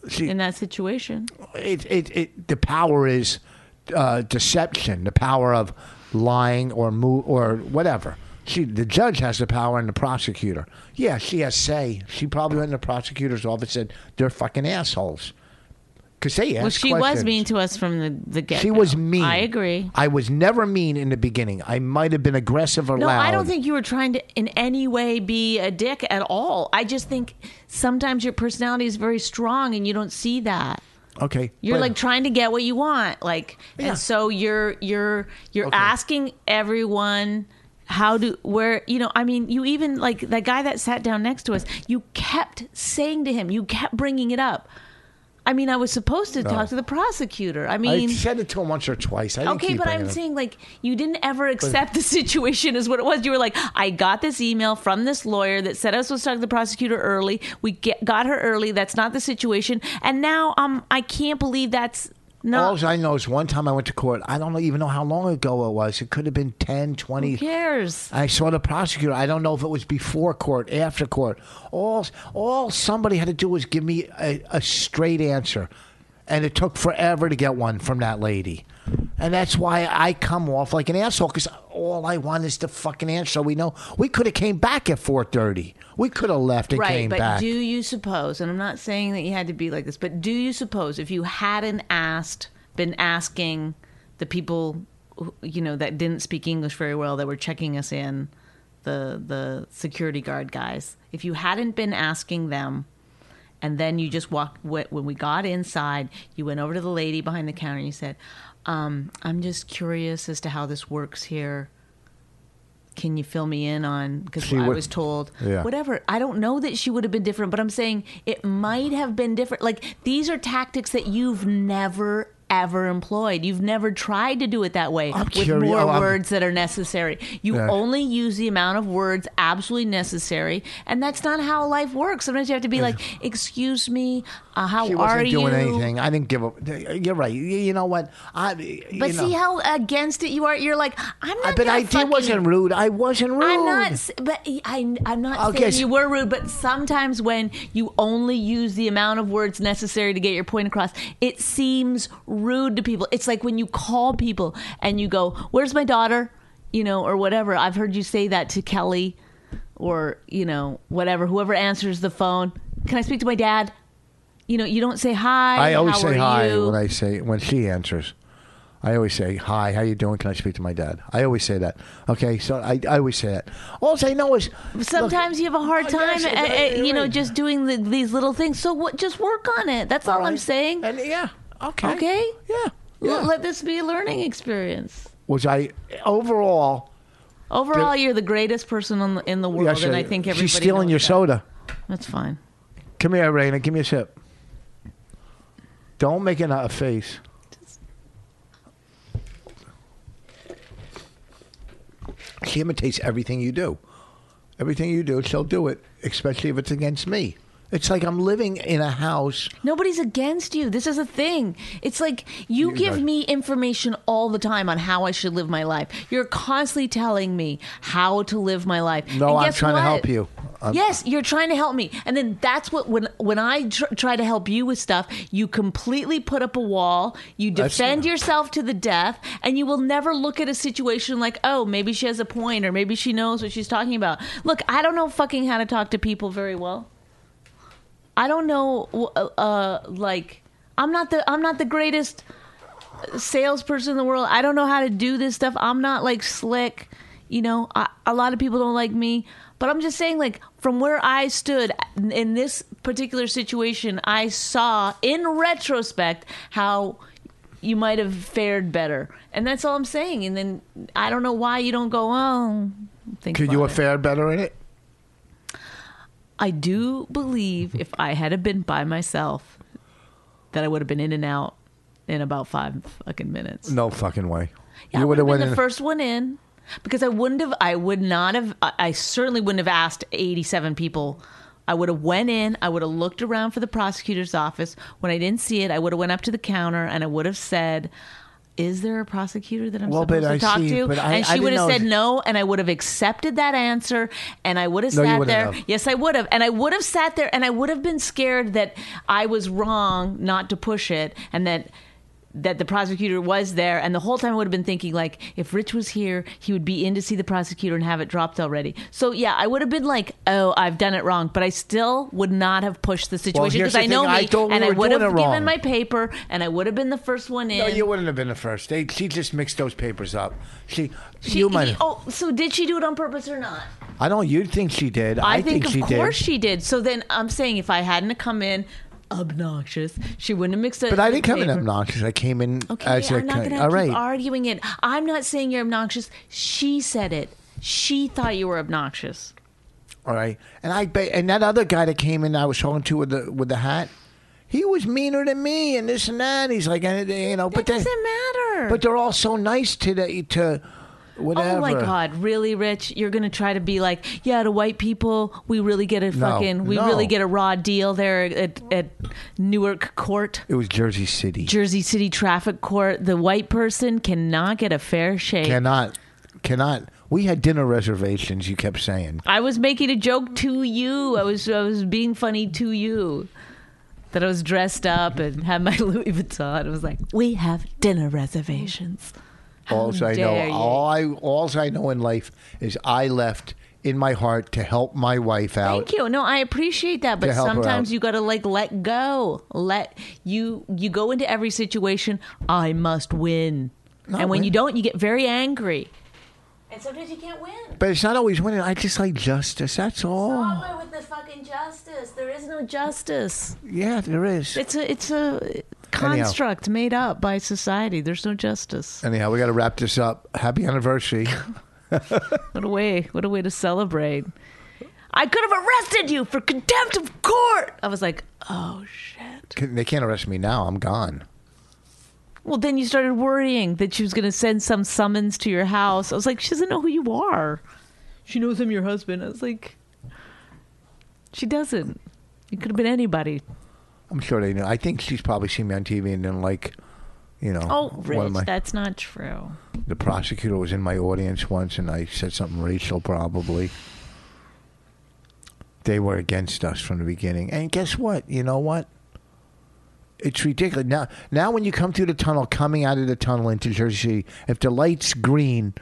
Speaker 2: she-
Speaker 3: in that situation.
Speaker 2: it, it, it, the power is uh, deception, the power of lying or move or whatever. She, the judge has the power and the prosecutor. Yeah, she has say. She probably went in the prosecutor's office and said they're fucking assholes because they asked
Speaker 3: Well, she was
Speaker 2: questions.
Speaker 3: mean to us from the, the get
Speaker 2: She was mean.
Speaker 3: I agree.
Speaker 2: I was never mean in the beginning. I might have been aggressive or
Speaker 3: No,
Speaker 2: loud.
Speaker 3: I don't think you were trying to in any way be a dick at all. I just think sometimes your personality is very strong and you don't see that.
Speaker 2: Okay,
Speaker 3: You're
Speaker 2: but-
Speaker 3: like trying to get what you want, like,
Speaker 2: Yeah.
Speaker 3: and so you're you're you're
Speaker 2: Okay.
Speaker 3: asking everyone how to where you know. I mean, you even like that guy that sat down next to us. You kept saying to him, you kept bringing it up. I mean, I was supposed to talk to the prosecutor. I
Speaker 2: I
Speaker 3: mean,
Speaker 2: said it to him once or twice. I didn't
Speaker 3: Okay,
Speaker 2: keep
Speaker 3: but
Speaker 2: bringing
Speaker 3: I'm
Speaker 2: it up.
Speaker 3: saying like you didn't ever accept the situation as what it was. You were like, I got this email from this lawyer that said I was supposed to talk to the prosecutor early. We get, got her early. That's not the situation. And now um, I can't believe that's not.
Speaker 2: All I know is one time I went to court. I don't even know how long ago it was. It could have been 10, 20.
Speaker 3: Who cares?
Speaker 2: I saw the prosecutor. I don't know if it was before court, after court. All all somebody had to do was give me a, a straight answer, and it took forever to get one from that lady. And that's why I come off like an asshole because all I want is the fucking answer. We know we could have came back at four thirty. We could have left and
Speaker 3: Right,
Speaker 2: came
Speaker 3: but
Speaker 2: back.
Speaker 3: do you suppose? And I'm not saying that you had to be like this, but do you suppose if you hadn't asked, been asking the people, who- you know, that didn't speak English very well, that were checking us in, the the security guard guys, if you hadn't been asking them, and then you just walked wh- when we got inside, you went over to the lady behind the counter and you said, um, "I'm just curious as to how this works here." Can you fill me in on because
Speaker 2: She
Speaker 3: I
Speaker 2: would-
Speaker 3: was told
Speaker 2: Yeah.
Speaker 3: whatever. I don't know that she would have been different, but I'm saying it might have been different. Like these are tactics that you've never ever employed. You've never tried to do it that way
Speaker 2: I'm
Speaker 3: with
Speaker 2: curi-
Speaker 3: more
Speaker 2: oh, I'm-
Speaker 3: words that are necessary. You
Speaker 2: Yeah.
Speaker 3: only use the amount of words absolutely necessary, and that's not how life works. Sometimes you have to be like, "Excuse me, uh, how
Speaker 2: she
Speaker 3: are
Speaker 2: wasn't doing
Speaker 3: you?"
Speaker 2: anything. I didn't give a. You're right. You, you know what? I.
Speaker 3: But
Speaker 2: you
Speaker 3: see
Speaker 2: know.
Speaker 3: how against it you are. You're like, "I'm not."
Speaker 2: but
Speaker 3: gonna
Speaker 2: I did
Speaker 3: fucking-
Speaker 2: wasn't rude. I wasn't rude.
Speaker 3: I'm not, s- but I, I'm not
Speaker 2: Oh. Okay,
Speaker 3: saying
Speaker 2: so-
Speaker 3: you were rude. But sometimes when you only use the amount of words necessary to get your point across, it seems rude to people. It's like when you call people and you go, "Where's my daughter?" You know, or whatever. I've heard you say that to Kelly, or you know, whatever. Whoever answers the phone, can I speak to my dad? You know, you don't say hi.
Speaker 2: I always
Speaker 3: how
Speaker 2: say
Speaker 3: are
Speaker 2: hi
Speaker 3: you?"
Speaker 2: when I say when she answers. I always say hi. How you doing? Can I speak to my dad? I always say that. Okay, so I, I always say that. All I know is look,
Speaker 3: Sometimes you have a hard
Speaker 2: Oh,
Speaker 3: time,
Speaker 2: yes,
Speaker 3: uh,
Speaker 2: I-
Speaker 3: uh, you know,
Speaker 2: right.
Speaker 3: just doing the, these little things. So what? Just work on it. That's all, I'm
Speaker 2: right?
Speaker 3: saying.
Speaker 2: And yeah, okay,
Speaker 3: Okay.
Speaker 2: yeah. yeah.
Speaker 3: L- let this be a learning experience.
Speaker 2: Which I overall,
Speaker 3: Overall,
Speaker 2: The-
Speaker 3: you're the greatest person in the, in the world,
Speaker 2: yeah, sure,
Speaker 3: and I think everybody.
Speaker 2: she's stealing
Speaker 3: knows
Speaker 2: your
Speaker 3: that.
Speaker 2: soda.
Speaker 3: That's fine.
Speaker 2: Come here, Raina. Give me a sip. Don't make it a face. She imitates everything you do. Everything you do, she'll do it, especially if it's against me. It's like I'm living in a house.
Speaker 3: Nobody's against you. This is a thing. It's like you,
Speaker 2: You
Speaker 3: give
Speaker 2: guys-
Speaker 3: me information all the time on how I should live my life. You're constantly telling me how to live my life.
Speaker 2: No,
Speaker 3: And
Speaker 2: I'm
Speaker 3: guess
Speaker 2: trying to
Speaker 3: what?
Speaker 2: help you. I'm-
Speaker 3: yes, you're trying to help me, and then that's what when when I tr- try to help you with stuff, you completely put up a wall. You
Speaker 2: That's-
Speaker 3: defend yourself to the death, and you will never look at a situation like, oh, maybe she has a point, or maybe she knows what she's talking about. Look, I don't know fucking how to talk to people very well. I don't know, w- uh, uh, like I'm not the I'm not the greatest salesperson in the world. I don't know how to do this stuff. I'm not like slick. You know, I, a lot of people don't like me. But I'm just saying, like, from where I stood in- in this particular situation, I saw in retrospect how you might have fared better. And that's all I'm saying. And then I don't know why you don't go, well, think
Speaker 2: Could you have
Speaker 3: about it."
Speaker 2: fared better in it?
Speaker 3: I do believe if I had have been by myself, that I would have been in and out in about five fucking minutes.
Speaker 2: No fucking way.
Speaker 3: Yeah,
Speaker 2: you
Speaker 3: I
Speaker 2: would have
Speaker 3: been
Speaker 2: went
Speaker 3: the
Speaker 2: in.
Speaker 3: first one in because I wouldn't have. I would not have. I, I certainly wouldn't have asked eighty-seven people. I would have went in. I would have looked around for the prosecutor's office. When I didn't see it, I would have went up to the counter and I would have said. Is there a prosecutor that I'm
Speaker 2: Well, but
Speaker 3: supposed to
Speaker 2: I
Speaker 3: talk
Speaker 2: see,
Speaker 3: to?
Speaker 2: but I-
Speaker 3: and
Speaker 2: I
Speaker 3: she
Speaker 2: didn't
Speaker 3: would have
Speaker 2: know
Speaker 3: said
Speaker 2: if-
Speaker 3: no, and I would have accepted that answer, and I would have
Speaker 2: No, you
Speaker 3: sat
Speaker 2: wouldn't
Speaker 3: there.
Speaker 2: have.
Speaker 3: Yes, I would have, and I would have sat there, and I would have been scared that I was wrong not to push it, and that that the prosecutor was there and the whole time I would have been thinking like if Rich was here he would be in to see the prosecutor and have it dropped already. So yeah, I would have been like, "Oh, I've done it wrong," but I still would not have pushed the situation
Speaker 2: here's
Speaker 3: because
Speaker 2: the
Speaker 3: I know
Speaker 2: thing.
Speaker 3: me
Speaker 2: I thought we
Speaker 3: and I
Speaker 2: were
Speaker 3: would
Speaker 2: doing
Speaker 3: have
Speaker 2: it
Speaker 3: given
Speaker 2: wrong.
Speaker 3: my paper and I would have been the first one in.
Speaker 2: No, you wouldn't have been the first. They, she just mixed those papers up. She,
Speaker 3: She-
Speaker 2: you might.
Speaker 3: he-
Speaker 2: have-
Speaker 3: oh, so did she do it on purpose or not?
Speaker 2: I don't. You think she did? I,
Speaker 3: I, think,
Speaker 2: she
Speaker 3: of course
Speaker 2: did.
Speaker 3: she did. So then I'm saying if I hadn't have come in obnoxious, she wouldn't have mixed up.
Speaker 2: But I didn't
Speaker 3: the
Speaker 2: come in
Speaker 3: paper.
Speaker 2: obnoxious. I came in.
Speaker 3: Okay,
Speaker 2: as a
Speaker 3: I'm not
Speaker 2: kind-
Speaker 3: going to
Speaker 2: all
Speaker 3: keep
Speaker 2: right.
Speaker 3: arguing it. I'm not saying you're obnoxious. She said it. She thought you were obnoxious.
Speaker 2: All right. And I ba- and that other guy that came in, I was talking to with the with the hat. He was meaner than me, and this and that. He's like, and, you know, but
Speaker 3: That
Speaker 2: then,
Speaker 3: doesn't matter.
Speaker 2: but they're all so nice to the, to whatever.
Speaker 3: Oh my God! Really, Rich? You're gonna try to be like, yeah, to white people, we really get a fucking, we
Speaker 2: no.
Speaker 3: really get a raw deal there at, at Newark Court,
Speaker 2: It was Jersey City.
Speaker 3: Jersey City Traffic Court. The white person cannot get a fair shake.
Speaker 2: cannot, cannot. We had dinner reservations. You kept saying.
Speaker 3: I was making a joke to you. I was I was being funny to you. That I was dressed up and had my Louis Vuitton. I was like, "We have dinner reservations."
Speaker 2: All
Speaker 3: How
Speaker 2: I know,
Speaker 3: dare you.
Speaker 2: all I all I know in life is I left in my heart to help my wife out.
Speaker 3: Thank you. No, I appreciate that, but
Speaker 2: To help her
Speaker 3: sometimes
Speaker 2: out.
Speaker 3: you got to like let go. Let you you go into every situation, I must win. and when
Speaker 2: win.
Speaker 3: you don't, you get very angry. And sometimes you can't win.
Speaker 2: But it's not always winning. I just like justice. That's all.
Speaker 3: Broadway with the fucking justice. There is no justice.
Speaker 2: Yeah, there is.
Speaker 3: It's a it's a construct made up by society. There's no justice.
Speaker 2: Anyhow, we got to wrap this up. Happy anniversary.
Speaker 3: What a way! What a way to celebrate. I could have arrested you for contempt of court. I was like, oh shit.
Speaker 2: Can- they can't arrest me now. I'm gone.
Speaker 3: Well, then you started worrying that she was going to send some summons to your house. I was like, she doesn't know who you are. She knows I'm your husband. I was like, she doesn't. It could have been anybody.
Speaker 2: I'm sure they know. I think she's probably seen me on TV and then like, you know,
Speaker 3: Oh,
Speaker 2: one of
Speaker 3: Rich,
Speaker 2: my,
Speaker 3: that's not true.
Speaker 2: the prosecutor was in my audience once and I said something racial probably. They were against us from the beginning. And guess what? You know what? It's ridiculous. Now now when you come through the tunnel, coming out of the tunnel into Jersey City, if the light's green,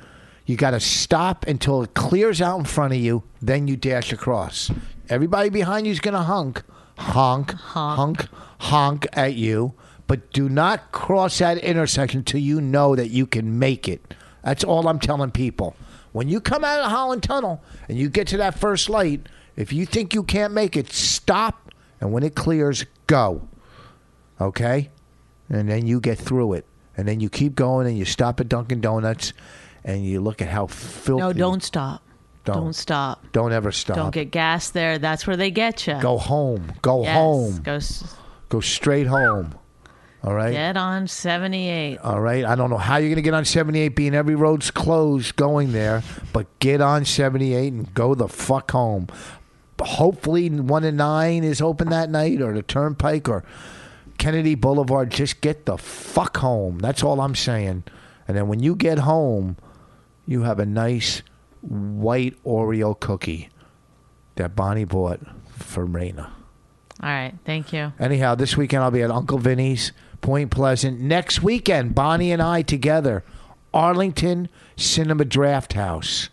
Speaker 2: you gotta stop until it clears out in front of you, then you dash across. Everybody behind you's gonna honk, honk, honk, honk at you. But do not cross that intersection till you know that you can make it. That's all I'm telling people. When you come out of the Holland Tunnel and you get to that first light, if you think you can't make it, stop. And when it clears, go okay? And then you get through it. And then you keep going and you stop at Dunkin' Donuts and you look at how filthy.
Speaker 3: No, don't stop. Don't, stop.
Speaker 2: Don't ever stop.
Speaker 3: Don't get gas there. That's where they get you.
Speaker 2: Go home. Go
Speaker 3: Yes,
Speaker 2: home.
Speaker 3: Go s-
Speaker 2: Go straight home. All right?
Speaker 3: get on 78.
Speaker 2: All right. I don't know how you're going to get on 78 being every road's closed going there, but get on 78 and go the fuck home. Hopefully, 1 and 9 is open that night or the Turnpike or Kennedy Boulevard. Just get the fuck home. That's all I'm saying. And then when you get home, you have a nice white Oreo cookie that Bonnie bought for Raina.
Speaker 3: All right. Thank you.
Speaker 2: Anyhow, this weekend I'll be at Uncle Vinny's, Point Pleasant. Next weekend, Bonnie and I together, Arlington Cinema Draft House.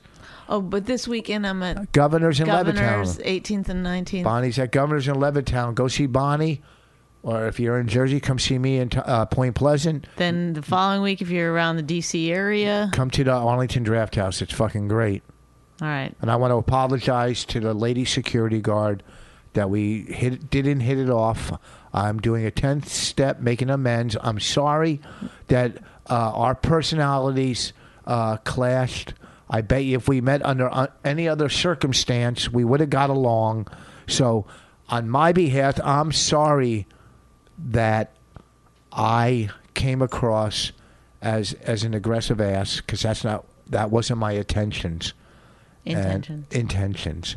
Speaker 3: Oh, but this weekend I'm at
Speaker 2: Governors in
Speaker 3: Governor's
Speaker 2: Levittown.
Speaker 3: 18th and 19th.
Speaker 2: Bonnie's at Governors in Levittown. Go see Bonnie, or if you're in Jersey, come see me in uh, Point Pleasant.
Speaker 3: Then the following week, if you're around the D.C. area.
Speaker 2: Come to the Arlington Draft House. It's fucking great.
Speaker 3: All right.
Speaker 2: And I want to apologize to the lady security guard that we hit, didn't hit it off. I'm doing a 10th step, making amends. I'm sorry that uh, our personalities uh, clashed. I bet you if we met under uh, any other circumstance, we would have got along. So, on my behalf, I'm sorry that I came across as as an aggressive ass because that's not that wasn't my intentions. And-
Speaker 3: Intentions.
Speaker 2: Uh, intentions.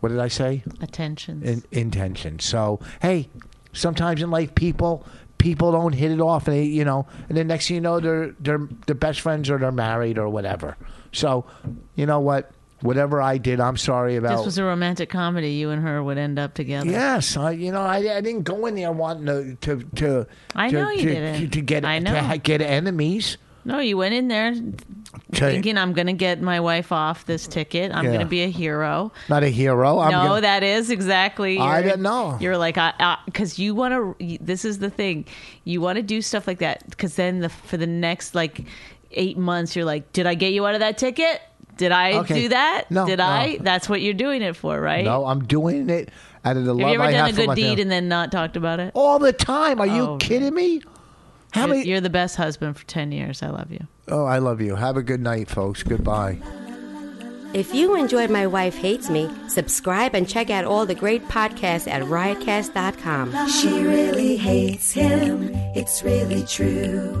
Speaker 2: What did I say?
Speaker 3: Attentions.
Speaker 2: in, intention. So hey, sometimes in life, people people don't hit it off, and they, you know, and then next thing you know, they're they're they're best friends or they're married or whatever. So you know what? Whatever I did, I'm sorry about.
Speaker 3: this was a romantic comedy. You and her would end up together.
Speaker 2: Yes, I you know I, I didn't go in there wanting to to to
Speaker 3: I
Speaker 2: to,
Speaker 3: know you
Speaker 2: to,
Speaker 3: didn't.
Speaker 2: to, to get
Speaker 3: I
Speaker 2: to
Speaker 3: know.
Speaker 2: ha- get enemies.
Speaker 3: No, you went in there
Speaker 2: To-
Speaker 3: thinking I'm going to get my wife off this ticket. I'm
Speaker 2: Yeah.
Speaker 3: going to be a hero.
Speaker 2: not a hero. I'm
Speaker 3: no,
Speaker 2: gonna,
Speaker 3: that is exactly.
Speaker 2: I
Speaker 3: your-
Speaker 2: didn't know.
Speaker 3: You're like, I because you want to. This is the thing, you want to do stuff like that because then the for the next like eight months, you're like, did I get you out of that ticket? Did I
Speaker 2: Okay.
Speaker 3: do that?
Speaker 2: No,
Speaker 3: did
Speaker 2: no.
Speaker 3: I? That's what you're doing it for, right?
Speaker 2: no, I'm doing it out of the
Speaker 3: Have
Speaker 2: love
Speaker 3: you ever
Speaker 2: I
Speaker 3: done
Speaker 2: have
Speaker 3: a
Speaker 2: for
Speaker 3: good
Speaker 2: my
Speaker 3: deed
Speaker 2: family.
Speaker 3: and then not talked about it?
Speaker 2: all the time. Are you
Speaker 3: Oh,
Speaker 2: kidding me? How
Speaker 3: You're-
Speaker 2: many?
Speaker 3: You're the best husband for ten years. I love you.
Speaker 2: Oh, I love you. Have a good night, folks. Goodbye.
Speaker 4: If you enjoyed My Wife Hates Me, subscribe and check out all the great podcasts at riotcast.com.
Speaker 1: She really hates him, it's really true.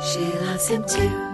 Speaker 1: she loves him too.